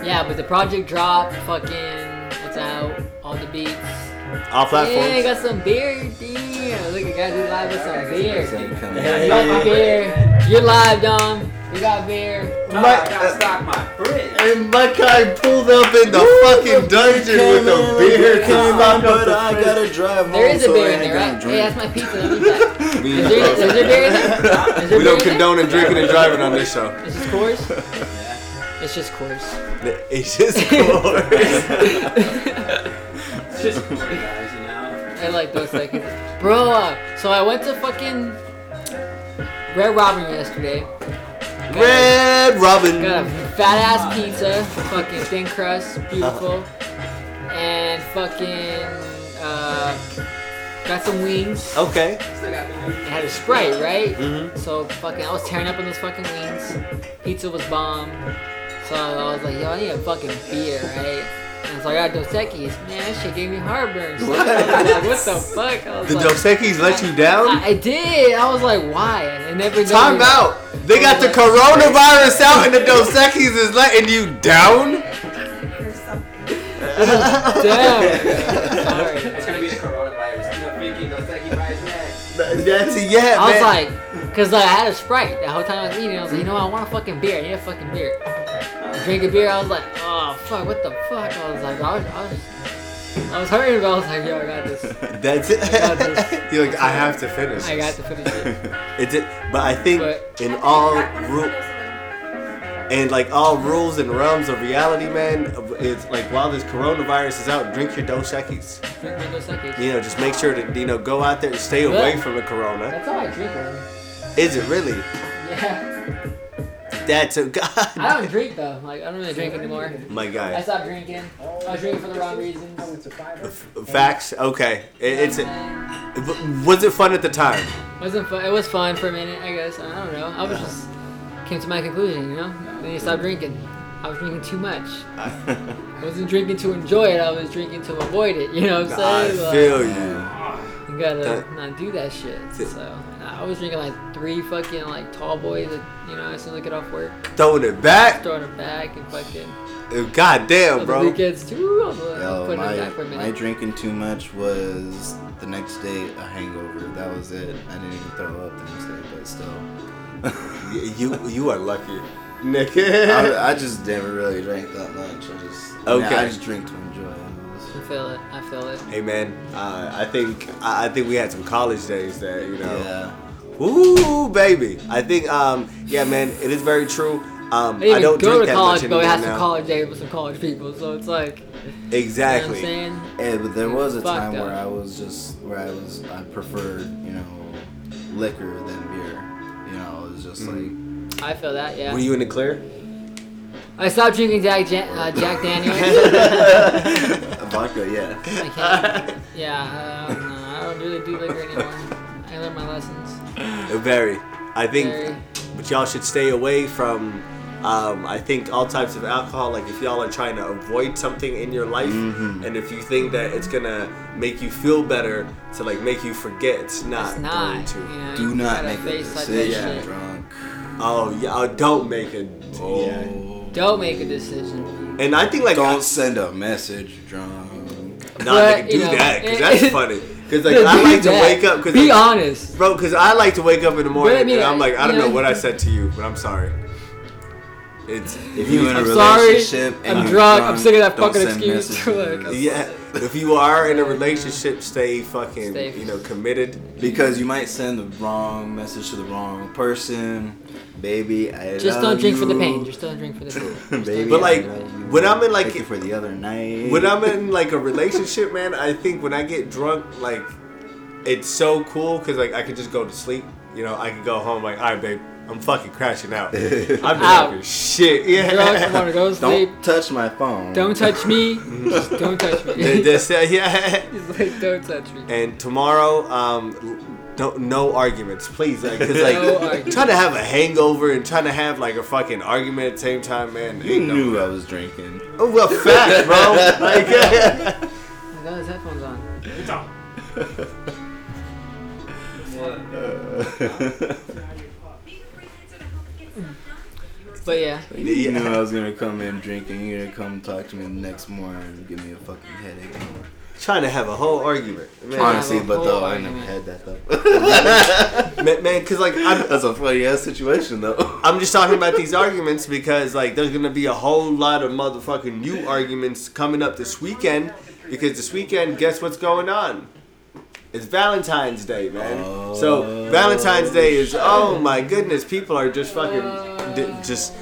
Yeah, but the project dropped. Fucking, it's out. All the beats.
All platforms.
Yeah, got some beer. Damn, look at guys we live with some beer.
Hey.
You got some beer. You're live, Dom. We got beer.
My- uh, And my guy pulled up in the fucking dungeon with a beer
came
came
out,
out
but
the
I
fridge.
gotta drive home.
There is a
Oh, so
beer
I
in there, right?
ain't
Hey, that's
gonna
my pizza. Let me back.
drink.
Is there, is there beer in there? Is there
We don't
beer in there?
condone in drinking and driving on this show.
It's just course. It's just course.
It's just course.
I like those seconds. Bro, uh, so I went to fucking Red Robin yesterday. Got a-
Red
Got
Robin.
a fat ass pizza, fucking thin crust, beautiful. And fucking uh, got some wings.
Okay.
I had a sprite, right?
Mm-hmm.
So fucking I was tearing up on those fucking wings. Pizza was bomb. So I was like, yo, I need a fucking beer, right? And so I got Dos Equis. Man, that shit gave me heartburn. So I was like, what the fuck? I was
The
like,
Dos Equis let you down?
I, I did. I was like, why? I never.
Time
knew.
out. They got the coronavirus out and the Dos Equis is letting you down?
Damn. Sorry.
It's gonna be the coronavirus. You know, freaking those techie virus next.
That's a yeah,
I
man.
was like, cause like, I had a sprite the whole time I was eating. I was like, you know, what? I want a fucking beer. I need a fucking beer. Drink a beer. I was like, oh fuck, what the fuck? I was like, I was, I was, I was hurting, but I was like, yo, I got this.
That's
got this.
it. You're like, I have to finish.
I got
this.
to finish it.
It's it, but I think
But-
in all ru- and like all rules and realms of reality, man, it's like while this coronavirus is out, drink your Dos Equis.
Drink my Dos Equis.
You know, just make sure to you know go out there and stay away
Yeah.
from the corona.
That's all I drink, bro.
Is it really?
Yeah.
That's a god.
I don't drink though. Like, I don't really drink anymore.
My
I
guy,
stopped drinking. I was drinking for the wrong reasons.
facts. Okay, it, it's a,
And-
was it fun at the time?
Wasn't fun. It was fun for a minute, I guess. I don't know. I was just came to my conclusion, you know. Then you stopped drinking. I was drinking too much. I wasn't drinking to enjoy it. I was drinking to avoid it. You know what I'm
I
saying? Like,
feel you.
You gotta
That-
not do that shit.
Th-
So and I was drinking like three fucking like tall boys. That, you know, as soon as I get off work,
Throwing it back.
throwing them back and fucking
God damn,
on
bro.
the weekends too. I'm, uh,
Yo,
putting them back for
my,
a
my
minute.
drinking too much was the next day a hangover. That was it. I didn't even throw up the next day, but still.
Y- You you are lucky, nigga.
I, I just never really drank that much. I just I mean,
Okay.
I just drink to enjoy.
I feel it. I feel it.
hey man, uh, I think I I think we had some college days that you know.
Yeah.
Ooh, baby. I think um yeah, man, it is very true. Um,
I didn't
I don't
go
drink
to
that
college,
much
but I
anymore
had some
now.
college days with some college people. So it's like, you know what I'm
Exactly.
saying?
Yeah, Eh, but there was a
Fucked
time where
up.
I was just where I was I preferred you know liquor than beer. You know, it was just
I feel that, yeah.
Were you in the clear?
I stopped drinking Jack, Jan- uh, Jack Daniels.
like vodka. Yeah.
I can't. Yeah, um, no, I don't really do liquor anymore. I learned my lessons.
Very. I think,
Very.
but y'all should stay away from. Um, I think all types of alcohol. Like if y'all are trying to avoid something in your life,
Mm-hmm.
and if you think that it's gonna make you feel better to like make you forget, it's not.
It's not. You
going to.
know,
Do
you
not
gotta
make a
face like that
decision
shit.
drunk.
Oh yeah, oh, don't make it.
Oh.
Yeah.
Don't make a decision.
And I think like
Don't send a message drunk.
Nah,
But,
nigga, do
you know,
that because
it-
that's
it-
funny. Because like I
Do
like to
that.
wake up because
Be honest.
bro. Because I like to wake up in the morning
I mean,
and I'm like I don't
you
know
know-
what I said to you, but I'm sorry. It's
If you in a
I'm sorry,
relationship and
I'm
you're
drunk, I'm sick of that
don't
fucking
send
excuse.
messages.
Like,
Yeah, if you are in a relationship, stay fucking,
Stay-
you know, committed.
Because you might send the wrong message to the wrong person. Baby, I love
Just don't drink for the
you.
pain. Just don't drink for the pain. Just don't
Baby,
drink
But,
for
like,
the pain.
when I'm in, like-
Thank you for the other night.
When I'm in like a relationship, man, I think when I get drunk, like, it's so cool because like I can just go to sleep. You know, I can go home like, all right, babe, I'm fucking crashing out. I'm just
Out.
like, shit.
drunk, I want
Yeah.
to go to
don't
sleep.
touch my phone.
Don't touch me. Just don't touch me.
That's it, yeah.
He's like, don't touch me.
And tomorrow, um, no, no arguments, please. Like, cause like,
No arguments.
trying to have a hangover and trying to have like a fucking argument at the same time, man.
You
ain't no-
knew I was drinking.
Oh, well, fact, bro. Like,
Oh my God, his headphones on.
It's on.
But yeah,
You knew I was gonna come in drinking. You're gonna come talk to me the next morning and give me a fucking headache.
trying to have a whole argument, man.
Honestly,
a
but
whole
though I
argument.
never had that though.
man, man, cause like I'm,
That's a funny ass situation though.
I'm just talking about these arguments because like there's gonna be a whole lot of motherfucking new arguments coming up this weekend. Because this weekend, guess what's going on? It's Valentine's Day, man. so Valentine's Day is oh my goodness, people are just fucking d- just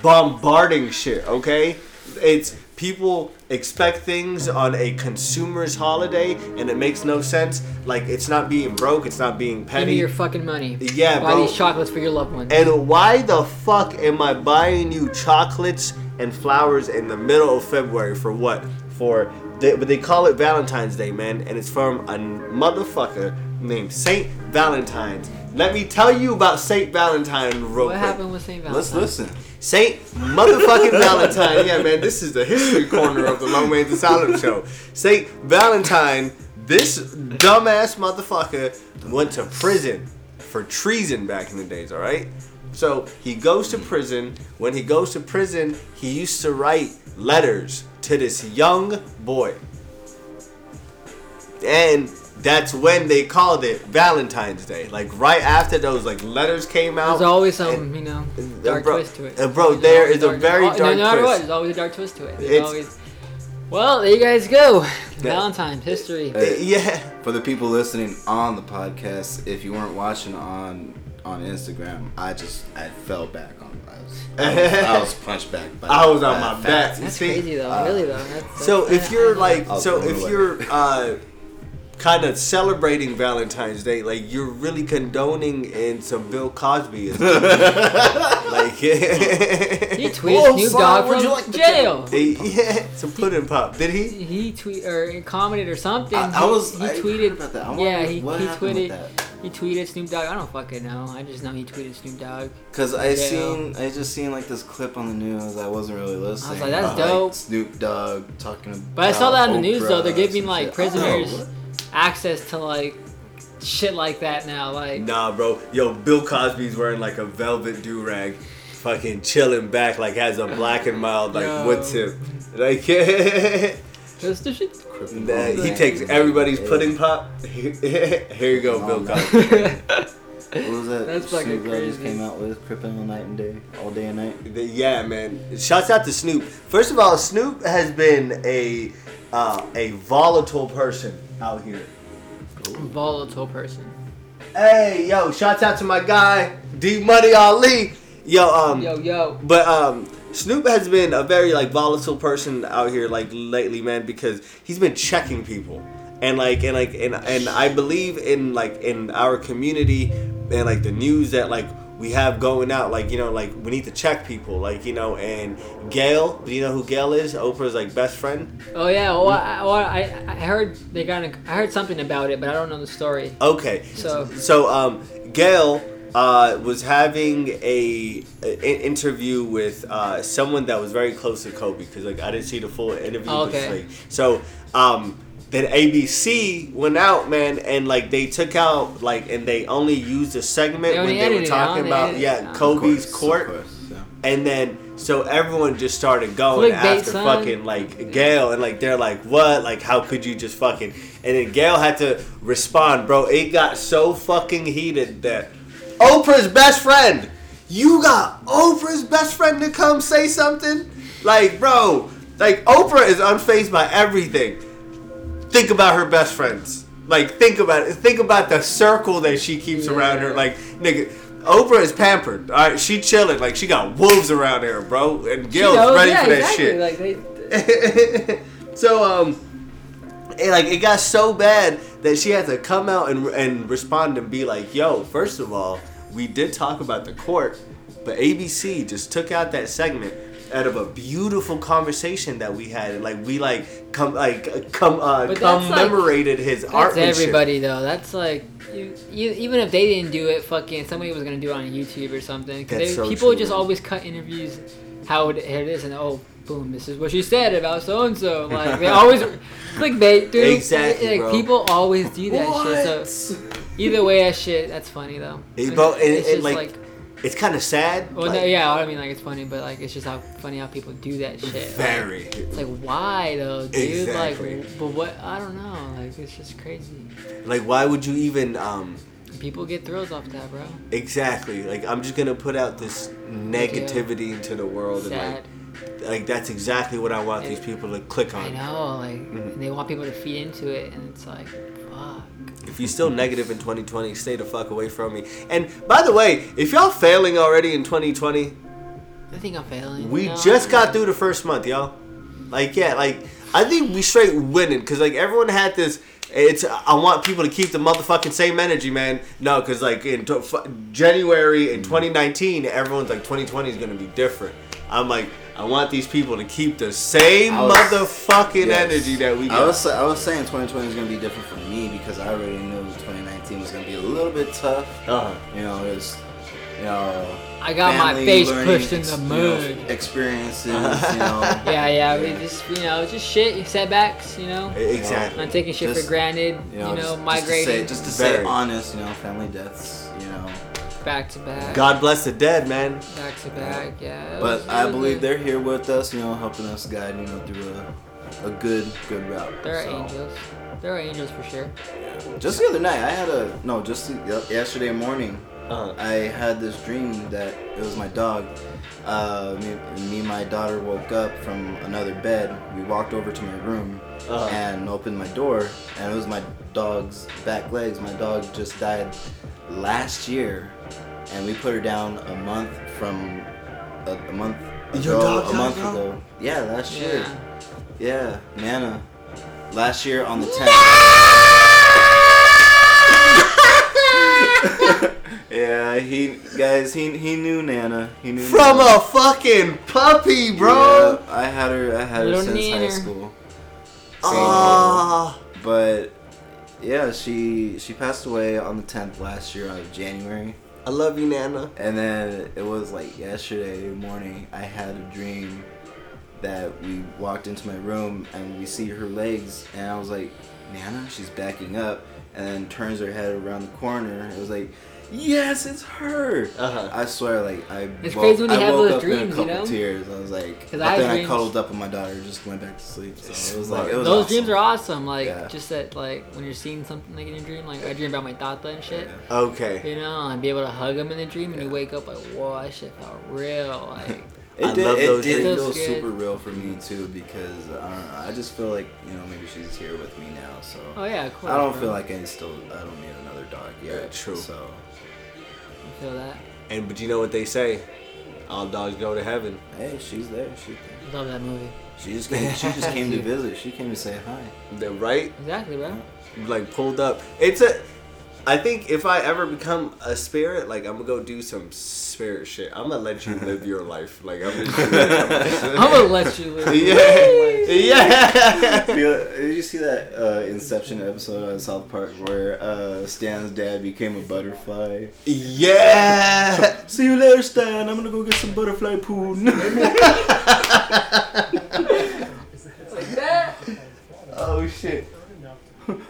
bombarding shit. Okay, it's people expect things on a consumer's holiday, and it makes no sense. Like it's not being broke, it's not being
give me
petty.
your fucking money.
Yeah,
Buy
bro.
these chocolates for your loved one.
And why the fuck am I buying you chocolates and flowers in the middle of February for what? For they, but they call it Valentine's Day, man, and it's from a motherfucker named Saint Valentine's. Let me tell you about Saint Valentine real
what
quick.
happened with St. Valentine?
Let's listen.
Saint motherfucking Valentine. Yeah, man, this is the history corner of the Long Man's Asylum show. Saint Valentine, this dumbass motherfucker went to prison for treason back in the days, all right? So he goes to prison. When he goes to prison, he used to write letters to this young boy. And that's when they called it Valentine's Day. Like right after those like letters came out.
There's always some, you know,
and
dark
bro-
twist to it.
and bro,
There's
there
always
is a very
oh,
dark
no, no matter
twist.
What, there's always a dark twist to it. There's
It's-
always. Well, there you guys go. Valentine's history.
yeah.
For the people listening on the podcast, if you weren't watching on on Instagram, I just I fell back on. I was, I was, I was punched back. By
I was on
by
my
a
back.
fact.
Uh, That's
See?
crazy though. really though. That's,
So
that's- Oh,
if
I-
you're
I-
like,
I'll
so
throw it
if
away.
you're uh, kind of celebrating Valentine's Day, like you're really condoning in some Bill Cosby. like, yeah,
he tweets
Oh,
Snoop
son,
Dogg
would
from
you like to-
jail.
yeah, some pudding pop. Did he?
He tweet or commented or something.
I, I was.
He
I heard
tweeted
about that. I
yeah,
wonder
he, he
what happened
tweeted.
with that.
He tweeted Snoop Dogg. I don't fucking know. I just know he tweeted Snoop Dogg.
Cause I
Yeah.
seen, I just seen like this clip on the news. I wasn't really listening.
like, that's
but,
dope.
Snoop Dogg talking about.
But I saw that on the news though.
Oprah
They're giving
and
like
oh, shit.
prisoners
Oh,
access to like shit like that now. Like
Nah, bro. Yo, Bill Cosby's wearing like a velvet do rag, fucking chilling back, like has a black and mild like
Yo.
wood tip. Like nah,
this this shit.
Oh,
he takes everybody's pudding pop. Here you go, Bill Cosby.
what was that?
That's
Snoop
fucking
Dogg just
crazy.
came out with Crippin' all night and day, all day and night.
The- Yeah, man. Shouts out to Snoop. First of all, Snoop has been a uh, a volatile person out here.
Volatile person.
Hey, yo! Shouts out to my guy D Money Ali. Yo, um,
Yo yo.
But um, Snoop has been a very like volatile person out here like lately, man, because he's been checking people, and like and like and and I believe in like in our community and like the news that like we have going out, like you know, like we need to check people, like you know, and Gail, do you know who Gail is? Oprah's like best friend.
Oh yeah. Well, I, well, I, I heard they got. in- I heard something about it, but I don't know the story.
Okay,
So
So, um, Gail uh, was having a, a- an interview with uh, someone that was very close to Kobe because like I didn't see the full interview. but it's
Okay.
like- so, um, then ABC went out, man, and like they took out like and they only used a segment
They only
when they were
edited it out,
talking
they
about
edited it
yeah
out.
Kobe's
Of
court,
of course, yeah.
and then. So everyone just started going
Clickbait,
after
son.
fucking like Gail and like they're like what like how could you just fucking and then Gail had to respond bro it got so fucking heated that Oprah's best friend. You got Oprah's best friend to come say something? Like, bro, like Oprah is unfazed by everything. Think about her best friends. Like, think about it. Think about the circle that she keeps around her. Like, nigga, Oprah is pampered. All right, she chilling. Like, she got wolves around her, bro. And
She
Gail's
knows-
ready
yeah,
for that
exactly.
shit
Like they,
so um it, like it got so bad that she had to come out and, and respond and be like yo first of all we did talk about the court but abc just took out that segment out of a beautiful conversation that we had and like we like come like come uh
But that's, like-
commemorated his art
That's everybody though. That's like, you, you, even if they didn't do it, fucking somebody was gonna do it on YouTube or something. 'Cause
That's
they-
so
people
true.
just always cut interviews how it, here it is and oh boom, this is what she said about so and so. Like they always clickbait, dude.
Exactly,
Like
bro.
people always do that shit. So
What?
either way, that shit, that's funny though.
Hey, bro, and-
it's
and,
just
like, it's kind of sad
well, no,
like,
yeah, I mean, like it's funny, but like it's just how funny how people do that shit. Like,
very
it's like why though, dude?
Exactly.
Like, but what? I don't know. Like it's just crazy.
like why would you even um
People get thrills off that, bro.
Exactly. Like I'm just gonna put out this negativity into the world,
Sad.
and like, like that's exactly what I want these people to click
I
on.
know, like,
Mm-hmm.
and they want people to feed into it, and it's like, fuck.
If you're still negative in 2020, stay the fuck away from me. And by the way, if y'all failing already in 2020,
I think I'm failing.
we
No.
just got through the first month, y'all. Like yeah, like I think we straight winning because like everyone had this. It's I want people to keep the motherfucking same energy, man. No, because like in t- f- January
Mm.
in 2019, everyone's like 2020 is gonna be different. I'm like I want these people to keep the same
I was-
motherfucking
yes.
energy that we
I
got.
was sa- I was saying 2020 is gonna be different for me because I already knew 2019 was gonna be a little bit tough.
Uh-huh.
You know, it's you know.
I got my
family,
face
learning,
pushed in
ex-
the
you know,
mud.
experiences, you know.
Yeah, yeah, we just, you know, just shit, setbacks, you know.
E- Exactly.
Not taking shit for
Just-
granted,
You know, just-
migrating
Just to say, just to say
Very.
honest, you know, family deaths, you know.
back to back,
God bless the dead, man.
back to back, yeah. it
But
was- it
I
was
believe
a-
they're here with us, you know, helping us guide, you know, through a, a good, good route.
There are
So,
angels. There are angels for sure.
Just the other night, I had a no. Just the- y- yesterday morning,
Uh-huh.
I had this dream that it was my dog. Uh, me, me and my daughter woke up from another bed. We walked over to my room
Uh-huh.
and opened my door, and it was my dog's back legs. My dog just died last year, and we put her down a month from a, a month
Your
ago-
dog
a
died,
month
bro?
ago. Yeah, last year.
Yeah.
Yeah, Nana. Last year on the 10th. yeah, he guys, he he knew Nana. He knew
From
Nana.
a fucking puppy, bro.
Yeah, I had her. I had her
Little
since high
Nana.
school.
Ah.
But yeah, she she passed away on the 10th last year of January.
I love you, Nana.
And then it was like yesterday morning, I had a dream that we walked into my room and we see her legs, and I was like, Nana, she's backing up, and then turns her head around the corner. It was like, yes, it's her.
Uh-huh.
I swear, like I
It's
woke,
crazy when you
I
have
woke
those
up in a
dreams, you
couple
know?
tears. I was like, but
I had
then I
dreams-
cuddled up with my daughter, just went back to sleep. So it was like, it was
Those
awesome.
dreams are awesome. Like
Yeah.
just that, like when you're seeing something like in your dream. Like I dream about my tata and shit.
Okay.
You know, and be able to hug him in the dream, and you wake up like, whoa, that shit felt real. Like,
It
I
did,
love
it
those
did
dreams.
feel
Feels good.
super real for me too because I don't know. I just feel like you know maybe she's here with me now, so
oh yeah, of course.
I don't
bro.
feel like I still I don't need another dog yet.
Yeah, true.
So
You feel that.
And but you know what they say? All dogs go to heaven.
hey, she's there. She
I love that movie.
she just came, she just came to visit. She came to say hi.
They're right.
Exactly, bro.
like pulled up. It's a. I think if I ever become a spirit, like I'm gonna go do some spirit shit. I'm gonna let you live your life. Like I'm. Gonna,
I'm gonna let you live.
yeah, yeah.
Feel- Did you see that uh, Inception episode on South Park where uh, Stan's dad became a butterfly?
Yeah.
See you later, Stan. I'm gonna go get some butterfly poon.
Oh shit.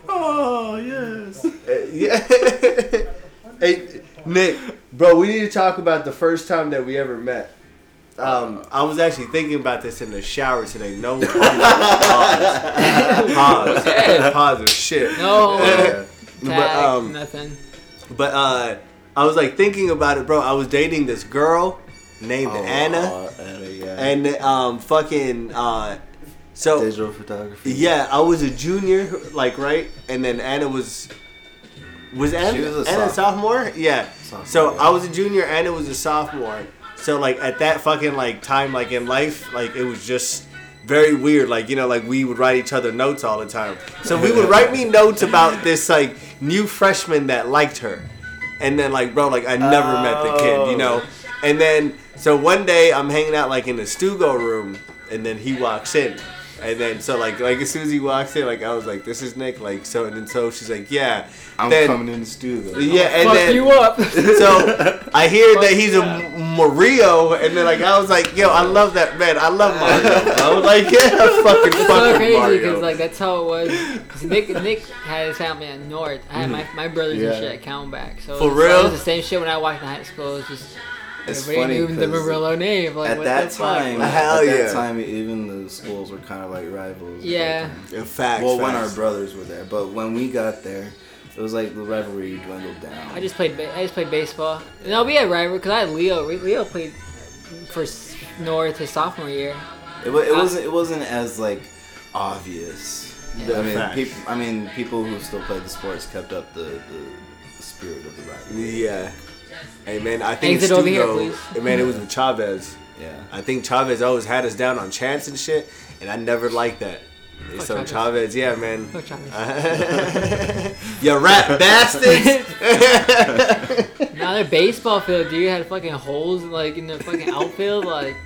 oh yes.
Uh, yeah. hey, Nick, bro, we need to talk about the first time that we ever met. Um, I was actually thinking about this in the shower today. No pause, pause, pause, or shit.
No.
Oh,
Yeah.
Tag,
But um,
nothing.
But uh, I was like thinking about it, bro. I was dating this girl named Anna,
Oh, Anna, yeah.
and um, fucking uh, so
digital photography.
yeah, I was a junior, like right, and then Anna was was Anna
was a
Anna a sophomore? Yeah.
Sophomore,
so
yeah.
I was a junior, Anna was a sophomore. So like at that fucking like time, like in life, like it was just very weird. Like you know, like we would write each other notes all the time. So we would write me notes about this like new freshman that liked her, and then like bro, like I never met the kid, you know.
Oh.
And then so one day I'm hanging out like in the Stugo room, and then he walks in. And then so like like as soon as he walks in, like I was like, this is Nick. Like so and then so she's like, yeah.
I'm
then,
coming in the studio.
Yeah, and
Fuck
then
you up.
so I hear that he's a
yeah.
M- Mario, and then like I was like, yo, I love that man. I love Mario. I was like, yeah, I fucking fucking
It's so crazy
Mario.
because like that's how it was. 'Cause Nick Nick had his family at North. I had my, my brothers and
Yeah.
shit at Calmback. So
Mm-hmm. For
it was- it was
real?
the same shit when I walked in high school. It's just
It's
everybody
funny
knew the
'cause
Murillo name. Like
at
what
that
the fuck?
time,
Like,
Hell
at
yeah.
that time, even the schools were kind of like rivals.
Yeah.
In fact,
well, when our brothers were there, but when we got there, it was like the rivalry dwindled down.
I just played. ba- I just played baseball. No, we had rival because I had Leo. We- Leo played for s- North his sophomore year.
it, wa- it wasn't it wasn't as like obvious.
Yeah.
I mean,
Facts.
people, I mean, people who still played the sports kept up the, the, the spirit of the rivalry.
yeah. Hey man, I think
Exit over here,
Stugo.
please.
man, it was with Chavez.
Yeah.
I think Chavez always had us down on chance and shit, and I never liked that.
Fuck
so
Chavez.
Chavez, yeah, man.
Fuck Chavez.
you rap bastards.
Now their baseball field, dude, had fucking holes like in their fucking outfield. Like,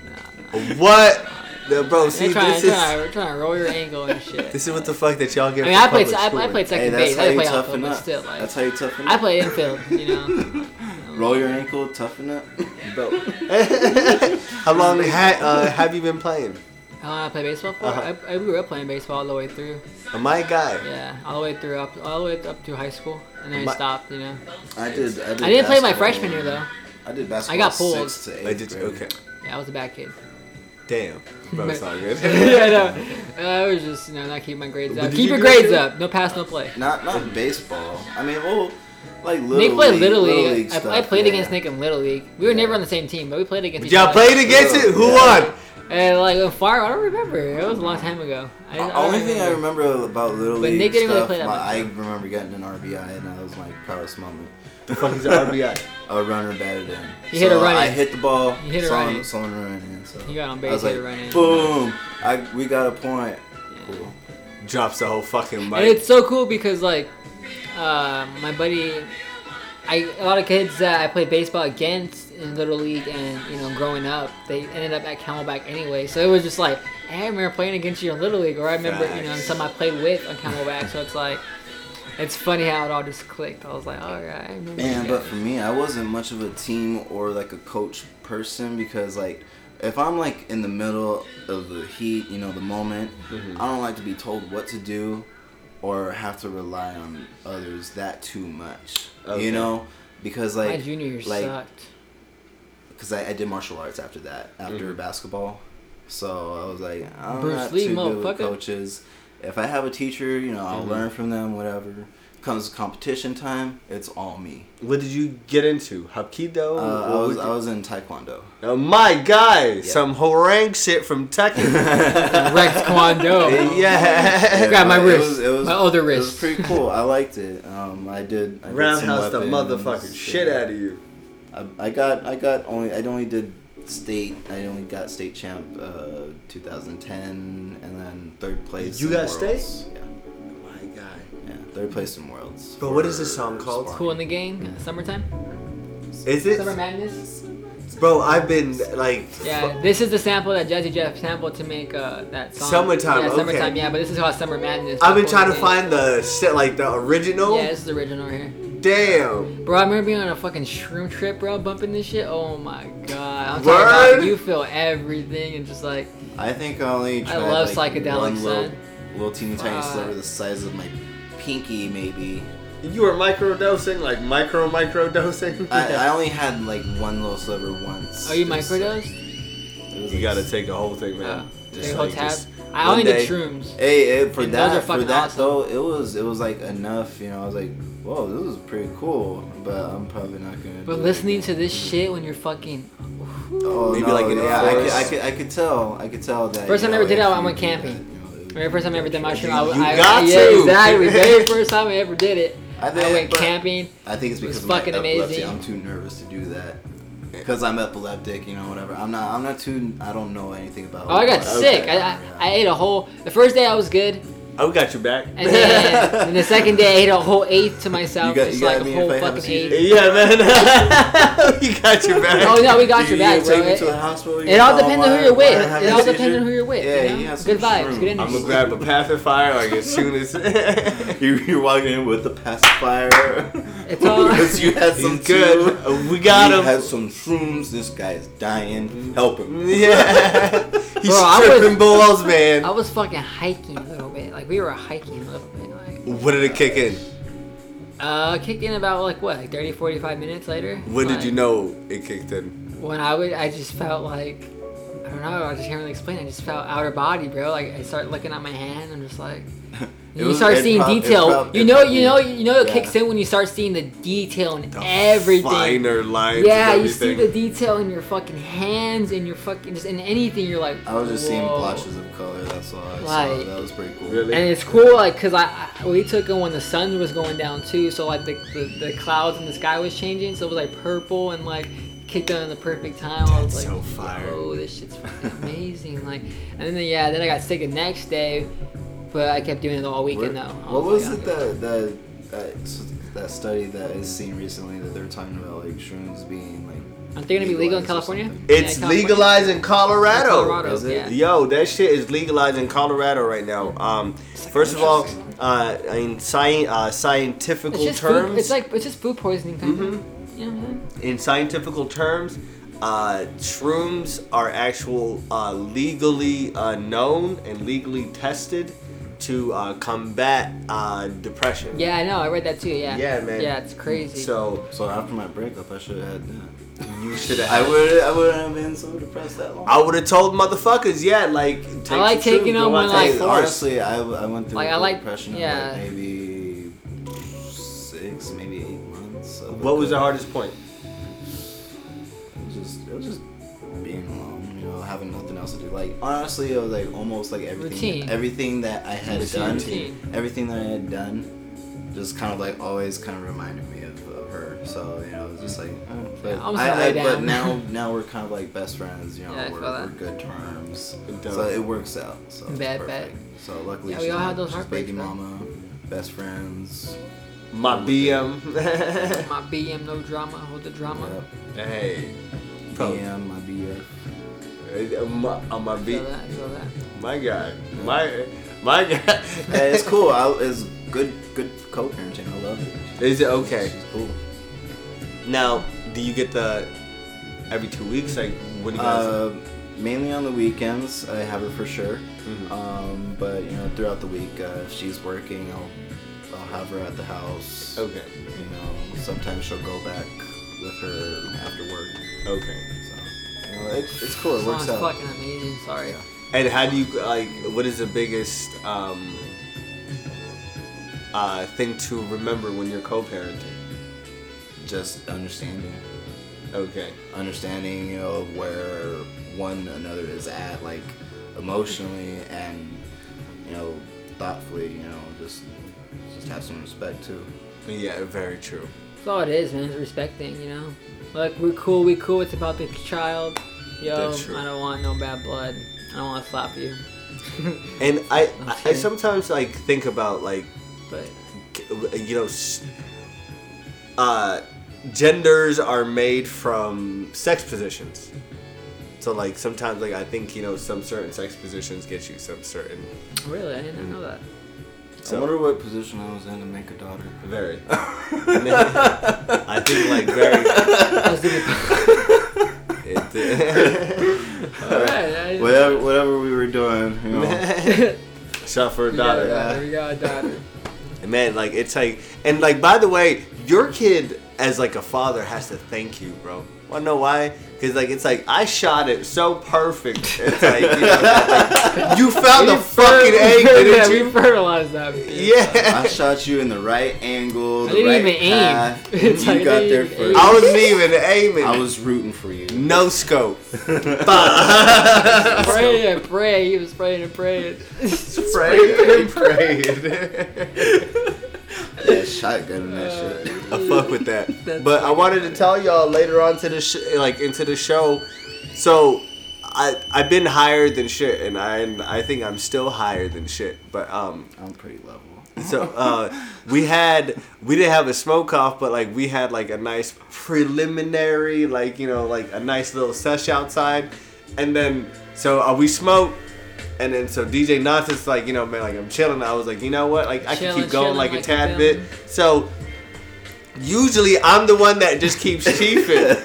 nah, nah.
what? No, bro, see,
They trying,
this
to
is
trying, to roll your ankle and shit.
this is what the fuck that y'all get.
I mean,
for
I played,
public
I, I
schooling.
played
Hey,
second
that's
base.
how
I didn't
you
play outfield,
toughen
but
up.
still, like,
that's how you toughen
I
up.
play infield. You know,
Roll your ankle, toughen up.
Bro. How long ha- uh, have you been playing?
how long I play baseball for?
Uh-huh.
I, I grew up playing baseball all the way through.
My guy.
Yeah, all the way through up, all the way up through high school, and then
My-
I stopped. You know,
I did. I, did
I didn't play my
basketball.
freshman year though.
I did basketball.
I got pulled.
Six to eight
I did okay.
Yeah, I was a bad kid.
Damn, bro, it's all good.
yeah, no, I was just you know not keeping my grades
But
up.
did
Keep
you
your
do
grades
okay?
up. No pass, no play.
Not not baseball. I mean, well, like little.
Nick played
league, Little
Little League.
league
I,
stuff,
I played
yeah.
against Nick in Little League. We were never on the same team, but we played against each
Y'all
other.
played against it. Who
Yeah.
won?
And like a fire, I don't remember. It was a long time ago. I,
The
I
only
don't
thing I remember about Little
But
League
Nick didn't really
stuff,
play that
my,
much.
I remember getting an RBI, and that was my proudest moment.
The fuck is RBI?
A runner batted in.
He hit a
So
run
I
in.
hit the ball.
He hit a
someone,
run in.
Someone ran in. So
He got on
I
base,
was
hit a
like,
run in.
boom! I we got a point. Cool.
Drops the whole fucking
And
mic.
it's so cool because like uh, my buddy, I a lot of kids that I played baseball against in little league and you know growing up, they ended up at Camelback anyway. So it was just like I remember playing against you in little league, or I remember you know
Facts.
some I played with on Camelback. so it's like It's funny how it all just clicked. I was like, all right. I remember
Man,
that.
but for me, I wasn't much of a team or like a coach person because like if I'm like in the middle of the heat, you know, the moment, I don't like to be told what to do or have to rely on others that too much.
Okay.
You know, because
my
like
junior year
like
sucked.
because I, I did martial arts after that, after basketball. So I was like, I'm
Bruce
not too
Lee,
good
motherfucker.
with coaches. If I have a teacher, you know, I'll learn from them, whatever. Comes competition time, it's all me.
What did you get into?
Uh,
Hapkido? What
I was
would
I
you-
was in taekwondo.
Oh, my guy! Some harangue shit from Tekken.
Rex Kwando.
yeah.
Grab my
it
wrist.
was- it was-
my other
It was
wrist.
pretty cool. I liked it. Um, I did. I did some
Roundhouse the
weapons.
motherfucking shit out of you.
I, I got I got only I only did state I only got state champ uh, 2010 and then third place.
You
in
got state?
Worlds. Yeah.
My guy.
Yeah, third place in worlds.
But what
for
is this song called?
Cool in
sparring.
the game. Summertime.
Is
Summer
it?
madness.
Bro, I've been like.
Yeah, this is the sample that Jazzy Jeff sampled to make uh, that song.
Summertime,
Yeah, summertime.
okay.
Yeah, but this is called summer madness.
I've been
Cool in
trying to
the
find the shit, like the original.
Game. Yeah, this is the original right here.
Damn.
Bro, I remember being on a fucking shroom trip, bro, bumping this shit. Oh my god. I'm talking
Word?
about you feel everything and just like
I think I only tried
love
like
psychedelics,
one little,
son.
little teeny tiny
Fuck.
sliver the size of my pinky maybe.
You were microdosing, like micro micro dosing.
I, I only had like one little sliver once.
Are you
It was,
microdosed?
like- it was,
You
like,
gotta take the whole thing, man.
Oh,
Just
take a whole
like,
tab.
just
I
one
only
day.
did shrooms.
Hey, it, for
And those are
that, for
fucking
that
awesome.
though, it was it was like enough. You know, I was like, whoa, this is pretty cool, but I'm probably not gonna.
But
do
listening to this shit when you're fucking
it. oh,
Maybe
no,
like an
yeah, I could,
hours.
I could I could tell I could tell that.
First
you
time I ever
know,
did
if
that, I
you
went
do that,
camping.
you know, it
very first time I ever did my shroom. I,
You
I,
got
yeah,
to.
exactly. Very first time I ever did it.
I
I,
think-
went
but-
camping.
I think it's
It was
because of my
fucking
epilepsy.
amazing.
I'm too nervous to do that. Because I'm epileptic, you know, whatever. I'm not. I'm not too. I don't know anything about.
Oh, I got
epilepsy.
sick. I, I,
Yeah.
I ate a whole. The first day I was good,
I Oh, got you back.
and then and the second day I ate a whole eighth to myself.
You got-
just
you got
like
me
a
if
whole
I have a
fucking
seizure?
eighth.
yeah, man. we got you back.
Oh no, we got your back, bro.
take me
It-
to the hospital. you
It all
call
depends on
my-
who you're
my
with. It
having
all
a
depends
seizure.
on who you're with.
Yeah,
you know?
he has some
Good vibes,
shroom.
good
I'm
energy.
gonna grab a pacifier like as soon as.
You- You're walking in with the pacifier.
It's all-
Because you had some
He's good.
too.
Uh, We got
You
him.
had some shrooms. This guy is dying. Help him.
yeah. He's
Bro, I was-
tripping balls, man.
I was fucking hiking a little bit. Like we were hiking a little bit. Like
What did it kick in?
uh, kicked in about like what, like 30, 45 minutes later.
When did
Like,
you know it kicked in?
When I would, I just felt like I don't know. I just can't really explain. it. I just felt outer body, bro. Like I start looking at my hand. I'm just like. You
was-
start
it
seeing
prob- it
detail.
prob-
you
it
know,
probably-
you know, you know, it
yeah.
kicks in when you start seeing the detail in
The
everything.
Finer lines.
yeah,
of
you see
everything.
the detail in your fucking hands, in your fucking just in anything. You're like,
I was just seeing
"Whoa."
blotches of color. That's all I saw.
Like-
That was pretty cool.
Really?
And it's cool, like, cause I, I we took them when the sun was going down too, so like the, the, the clouds in the sky was changing, so it was like purple and like kicked on in the perfect time. I was
That's
like,
so fire.
oh, this shit's fucking amazing. Like, and then yeah, then I got sick the next day, but I kept doing it all weekend
Where-
though. I
What was
like,
it that that that, s- that study that I seen recently that they were talking about like shrooms being like
Aren't they gonna be legal in
legalized or
California?
something?
Yeah,
It's
California.
legalized in Colorado.
Colorado,
is it?
yeah.
Yo, that shit is legalized in Colorado right now. Um, first of all, uh, in sci- uh, scientific
It's just
terms, Mm-hmm.
Food, it's like it's just food poisoning kind of. You know what I'm saying?
in scientific terms, uh, shrooms are actual uh, legally uh, known and legally tested to uh, combat uh, depression.
Yeah, I know. I read that too. Yeah.
Yeah, man.
Yeah, it's crazy.
So
So after my breakup, I should have had that.
you should have.
I would I wouldn't have been so depressed that long.
I would have told motherfuckers, yeah, like take
I like
the truth,
taking
don't
on
want
when,
to
like,
take it.
honestly, I, I went through
Like,
a
I like-
depression
yeah.
of like maybe six, maybe eight months. of
What was
it.
the hardest point?
It was just it was just being alone, you know, having nothing else to do. Like honestly, it was like almost like everything,
Routine.
everything that I had
Routine,
done,
routine.
everything that I had done, just kind of like always kind of reminded me of, of her. So you know, it was just like, oh, but,
Almost
I-
gonna
I-
lay
but
down.
now now we're kind of like best friends. You know,
Yeah, I
we're,
feel that.
we're good terms,
Dope.
so it works out. So it's
Bad,
perfect. So luckily,
Yeah, we
she's,
all
my-
had those
she's
heartbreaks,
baby
though.
mama, best friends.
My BM.
my BM, no drama, hold the drama.
Yep.
Hey, Bro.
PM, my BF.
uh, my, uh, my
Feel
beat,
that, feel that.
my guy, my my guy.
Hey, it's cool. I, it's good, good co-parenting. I love it.
Is it okay?
She's cool.
Now, do you get the every two weeks? Like, what do you guys?
Uh, mainly on the weekends, I have her for sure.
Mm-hmm.
Um, but you know, throughout the week, uh, if she's working, I'll I'll have her at the house.
okay,
You know, sometimes she'll go back with her after work.
okay.
So you know, it, it's cool. It works
Sounds
out.
fucking amazing. Sorry.
Yeah.
And how do you like? What is the biggest um, uh, thing to remember when you're co-parenting?
Just understanding.
Okay,
understanding you know where one another is at like emotionally and you know thoughtfully you know just just have some respect too
yeah, very true.
That's all it is, man. It's respecting, you know. Like we're cool, we cool. It's about the child. Yo,
That's true.
I don't want no bad blood. I don't want to slap you.
And I, I, I
Okay.
sometimes like think about like
But
you know, s- uh, genders are made from sex positions. So like sometimes like I think you know some certain sex positions get you some certain
really, I didn't know that.
i wonder what position i was in to make a daughter
very. I think like very.
That's the- Alright, I-
whatever whatever we were doing you know
Shot for a
We got a
daughter.
daughter. We got a daughter.
And man, like it's like, and like by the way, your kid as like a father has to thank you, bro. Wanna know why? Cause like it's like I shot it so perfect. It's like you, know, like, you found the
We
fucking
fer-
egg,
yeah,
didn't
we
you?
fertilized that. bitch.
Yeah.
i shot you in the right angle the
didn't
right
even aim.
path, and
It's
you
like, I
got
didn't
there
even
first
aim.
I wasn't even aiming.
i was rooting for you
no scope.
Pray and pray. He was praying and praying.
Sprayed. Sprayed.
yeah shotgun and that shit
Uh,
I fuck with that.
That's
but I wanted to tell y'all later on to the sh- like into the show. So I I've been higher than shit, and I and I think I'm still higher than shit. But um,
i'm pretty level
so uh, we had we didn't have a smoke off, but like we had like a nice preliminary, like you know, like a nice little sesh outside, and then so uh, we smoked. And then so DJ Nonsense like you know man like I'm chilling I was like you know what like I can
Chilling,
keep going
chilling
like, a
like a
tad
villain.
bit so usually I'm the one that just keeps chiefing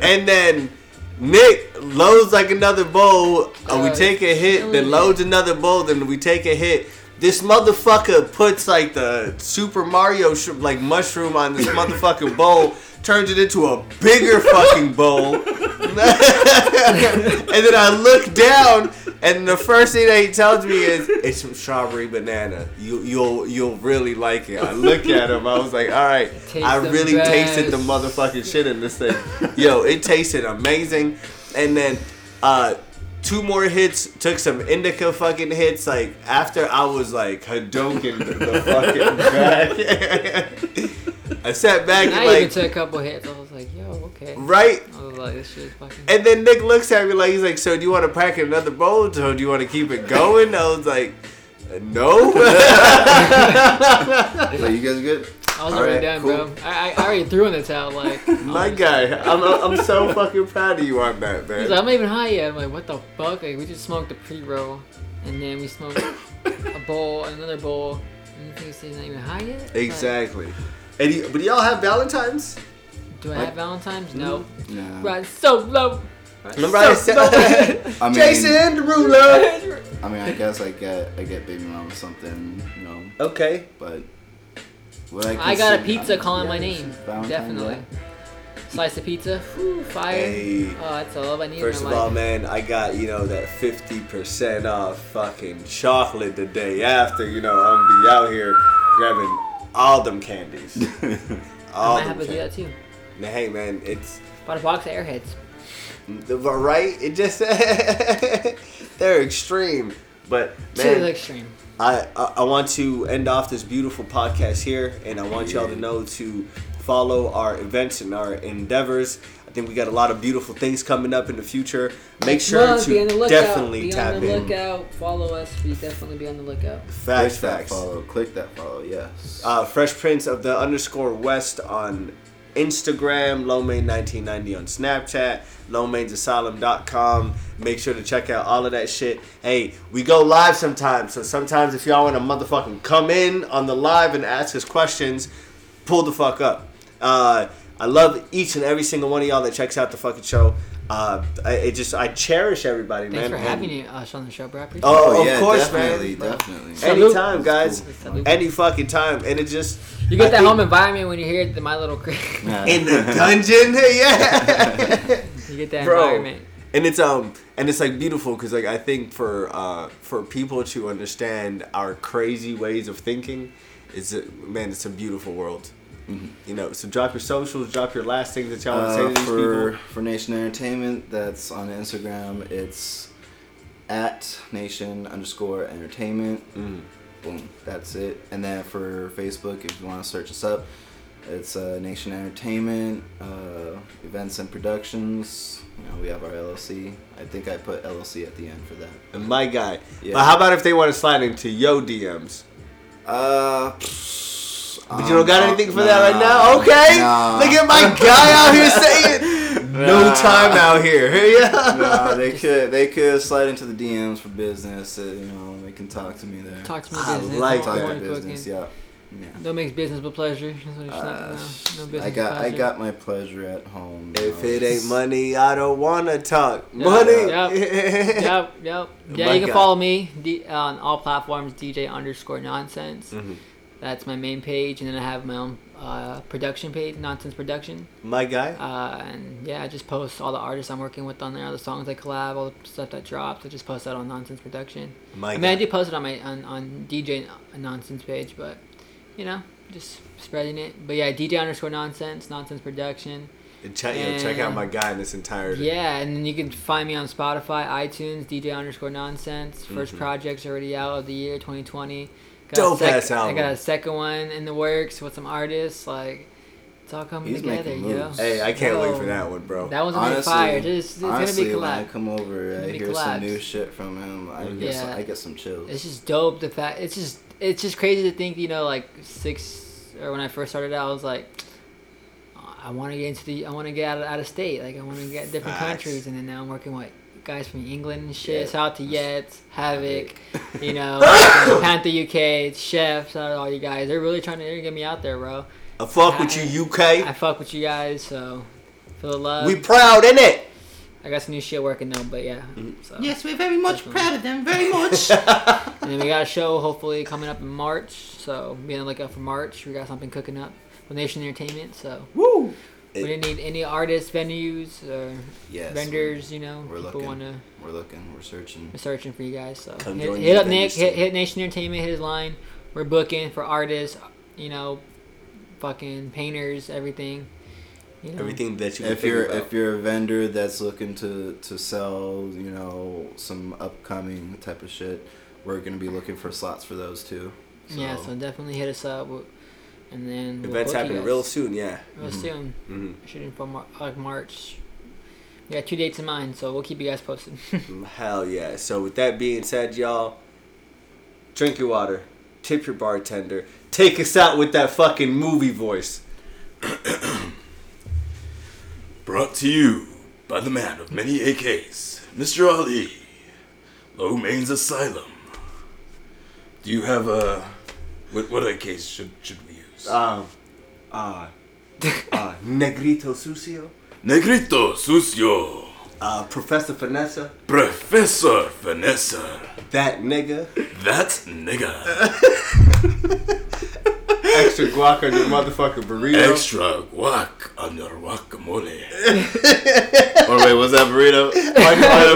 and then Nick loads like another bowl and we
Oh,
take a hit
chilling.
then loads another bowl then we take a hit this motherfucker puts like the Super Mario sh- like mushroom on this motherfucking bowl turns it into a bigger fucking bowl and then I look down, and the first thing that he tells me is, "It's some strawberry banana. You, you'll you'll really like it." I look at him. I was like, "All right,
Taste
I
the
really
best."
tasted the motherfucking shit in this thing. Yo, it tasted amazing." And then, uh, two more hits. Took some indica fucking hits. Like after I was like Hadouken the fucking back. I sat back
And I
and like
even took a couple hits. I was like, yo, okay.
right
I was like, this shit is fucking.
and then Nick looks at me like he's like, "So do you want to pack another bowl? So do you want to keep it going?" I was like, "No."
so you guys good
I was
All
already
right,
done,
cool.
bro. I, I, I already threw in the towel. Like,
My guy, I'm, I'm so fucking proud of you on that,
He's like,
man.
I'm not even high yet. I'm like, what the fuck? Like, we just smoked a pre-roll, and then we smoked a bowl, another bowl, and you think he's not even high yet? It's like,
Exactly. And you, but y'all have Valentines.
Do I have Valentine's? No.
yeah
Right, so low.
Remember I said,
I mean,
Jason Derulo.
I mean, I guess I get I get baby mama something, you know,
Okay.
but what I,
I got a
consider-
pizza calling
yeah,
my
this
name.
is Valentine's
Definitely.
Day.
Slice of pizza. Whew, fire.
Hey.
Oh, that's all I need
First
in
of
my
all,
life.
man, I got you know that fifty percent off fucking chocolate the day after. You know I'm gonna be out here grabbing all them candies.
I
all
might
them
have to do
candies.
that too.
Now, hey man, it's
Bought a box of Airheads.
the but right. It just they're extreme, but
Too
man,
extreme.
I, I I want to end off this beautiful podcast here, and I want y'all to know to follow our events and our endeavors. I think we got a lot of beautiful things coming up in the future. Make sure
Love, be on the
to
lookout.
definitely
be
tap
on the
in.
lookout. Follow us. Be definitely be on the lookout.
Click
Facts, Uh,
that
facts.
follow. Click that follow. Yes.
Uh, Fresh Prince of the underscore West on Instagram, Lomain1990 on Snapchat, Lomain'sAsylum.com. Make sure to check out all of that shit. Hey, we go live sometimes, so sometimes if y'all want to motherfucking come in on the live and ask us questions, pull the fuck up. Uh, I love each and every single one of y'all that checks out the fucking show. Uh, I, it just I cherish everybody,
Thanks
man.
for
And-
having us on the show, bro. I appreciate it.
Oh, of course,
definitely,
man.
definitely.
Salute.
Anytime, guys.
Salute.
Any fucking time, and it just
You get
I
that
think-
home environment when you're here at the My Little Creek.
in the dungeon. yeah.
you get that
Bro.
environment.
and it's um and it's like beautiful because like I think for uh for people to understand our crazy ways of thinking, it's a, man, it's a beautiful world. You know, so drop your socials, drop your last thing that
Uh,
y'all want to say to these
for
people.
for Nation Entertainment, that's on Instagram. It's at Nation underscore Entertainment.
Mm.
Boom, that's it. And then for Facebook, if you want to search us up, it's uh, Nation Entertainment uh, Events and Productions. You know, we have our LLC. I think I put LLC at the end for that.
And my guy.
Yeah.
But how about if they want to slide into yo DMs?
Uh,
But you don't got
um,
anything for that right now? Okay. Look at my guy out here saying no
Nah.
time out here. Yeah.
no, they could they could slide into the DMs for business. Uh, you know, they can talk to me there.
Talk to me
I
business.
like
don't
Talk
that.
want
about
to
business.
fucking-
Yeah. Yeah.
Don't make business with pleasure. That's what you're
Uh,
saying. No, no business
I got I
with pleasure.
got my pleasure at home. you
If
know,
it ain't
it's-
money, I don't wanna talk.
Yeah.
Money.
Yeah. yep, yep. Yeah,
My
you can
God.
follow me D, on all platforms, DJ underscore nonsense.
Mm-hmm.
That's my main page, and then I have my own uh, production page, Nonsense Production.
My guy.
Uh, and yeah, I just post all the artists I'm working with on there, all the songs I collab, all the stuff that drops. I just post that on Nonsense Production.
My
I mean, I
guy.
do post it on my on, on DJ Nonsense page, but you know, just spreading it. But yeah, DJ underscore Nonsense, Nonsense Production.
Check, yo, check out my guy in this entirety.
Yeah, and then you can find me on Spotify, iTunes, DJ underscore nonsense. 1st project's already out of the year 2020. Got a
Mm-hmm. Dope
sec-
ass album.
I got a second one in the works with some artists. Like, it's all coming
He's
together,
making
yo.
moves.
Hey, I can't wait
Whoa.
for that one, bro.
That one's gonna
Honestly,
be fire. It's, it's
honestly, when
gonna
I
be collab.
come over,
gonna
I
be
hear
collabs.
some new shit from him. I get
Yeah.
some, I get some chills.
It's just dope. The fact it's just it's just crazy to think you know like six or when I first started out, I was like. I want to get into the. I want to get out of, out of state. Like I want to get different
Facts.
countries, and then now I'm working with guys from England and shit.
Yeah.
Shout out to Yetz, Havoc, you know, Panther UK, Chef. Shout out to all you guys. They're really trying to they're gonna get me out there, bro.
I fuck with you,
I
UK.
fuck with you guys, so for the love.
We proud in it.
I got some new shit working though, but yeah. So.
we're very
much Definitely.
of them, very much.
And then we got a show hopefully coming up in March. So be on the lookout for March. We got something cooking up with Nation Entertainment. So
Woo.
we didn't need any artists, venues, or
yes,
vendors. You know,
We're
people
looking.
want to
We're looking. We're searching.
be searching for you guys. So
Come
hit,
join
hit
the
up Nick.
vendors
Hit,
team.
hit Nation Entertainment. Hit his line. We're booking for artists. You know, fucking painters, everything. You know,
Everything that you can
If
think
you're
about.
if you're a vendor that's looking to to sell, you know, some upcoming type of shit, we're gonna be looking for slots for those too.
Yeah, so definitely hit us up. We'll- And then we'll
Events
book you
happen
guys.
real soon, yeah.
real soon.
Mhm.
Shooting for Mar- like March. We got two dates in mind, so we'll keep you guys posted.
Mm-hmm. Hell yeah. So with that being said, y'all, drink your water, tip your bartender, take us out with that fucking movie voice.
Brought to you by the man of many AKs, Mr. Ali, Lomaine's Asylum. Do you have a. What, what AKs should, should we use?
Um, uh, uh, Negrito Sucio,
Negrito Sucio,
uh, Professor Vanessa,
Professor Vanessa,
that nigga,
that nigga,
extra guac on your motherfucking burrito.
extra guac on your guacamole.
or wait, was that burrito?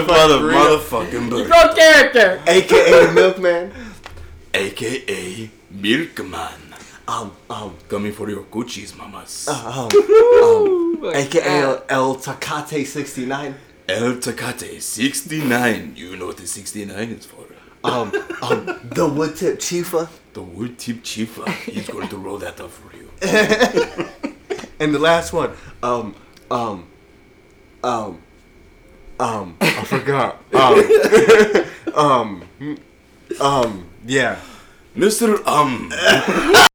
Mother,
burrito.
motherfucking bird.
Pro character.
AKA Milkman.
AKA Milkman.
Um, um,
Coming for your Gucci's, mamas.
um,
Like,
AKA
uh,
El, El Takate 69.
El Takate 69. You know what the 69 is for.
Um, um, the Wood Tip Chifa.
The wood tip chifa is going to roll that up for you.
And the last one, um, um, um, um, I forgot. Um, mm, um, um, yeah.
Mr. Um.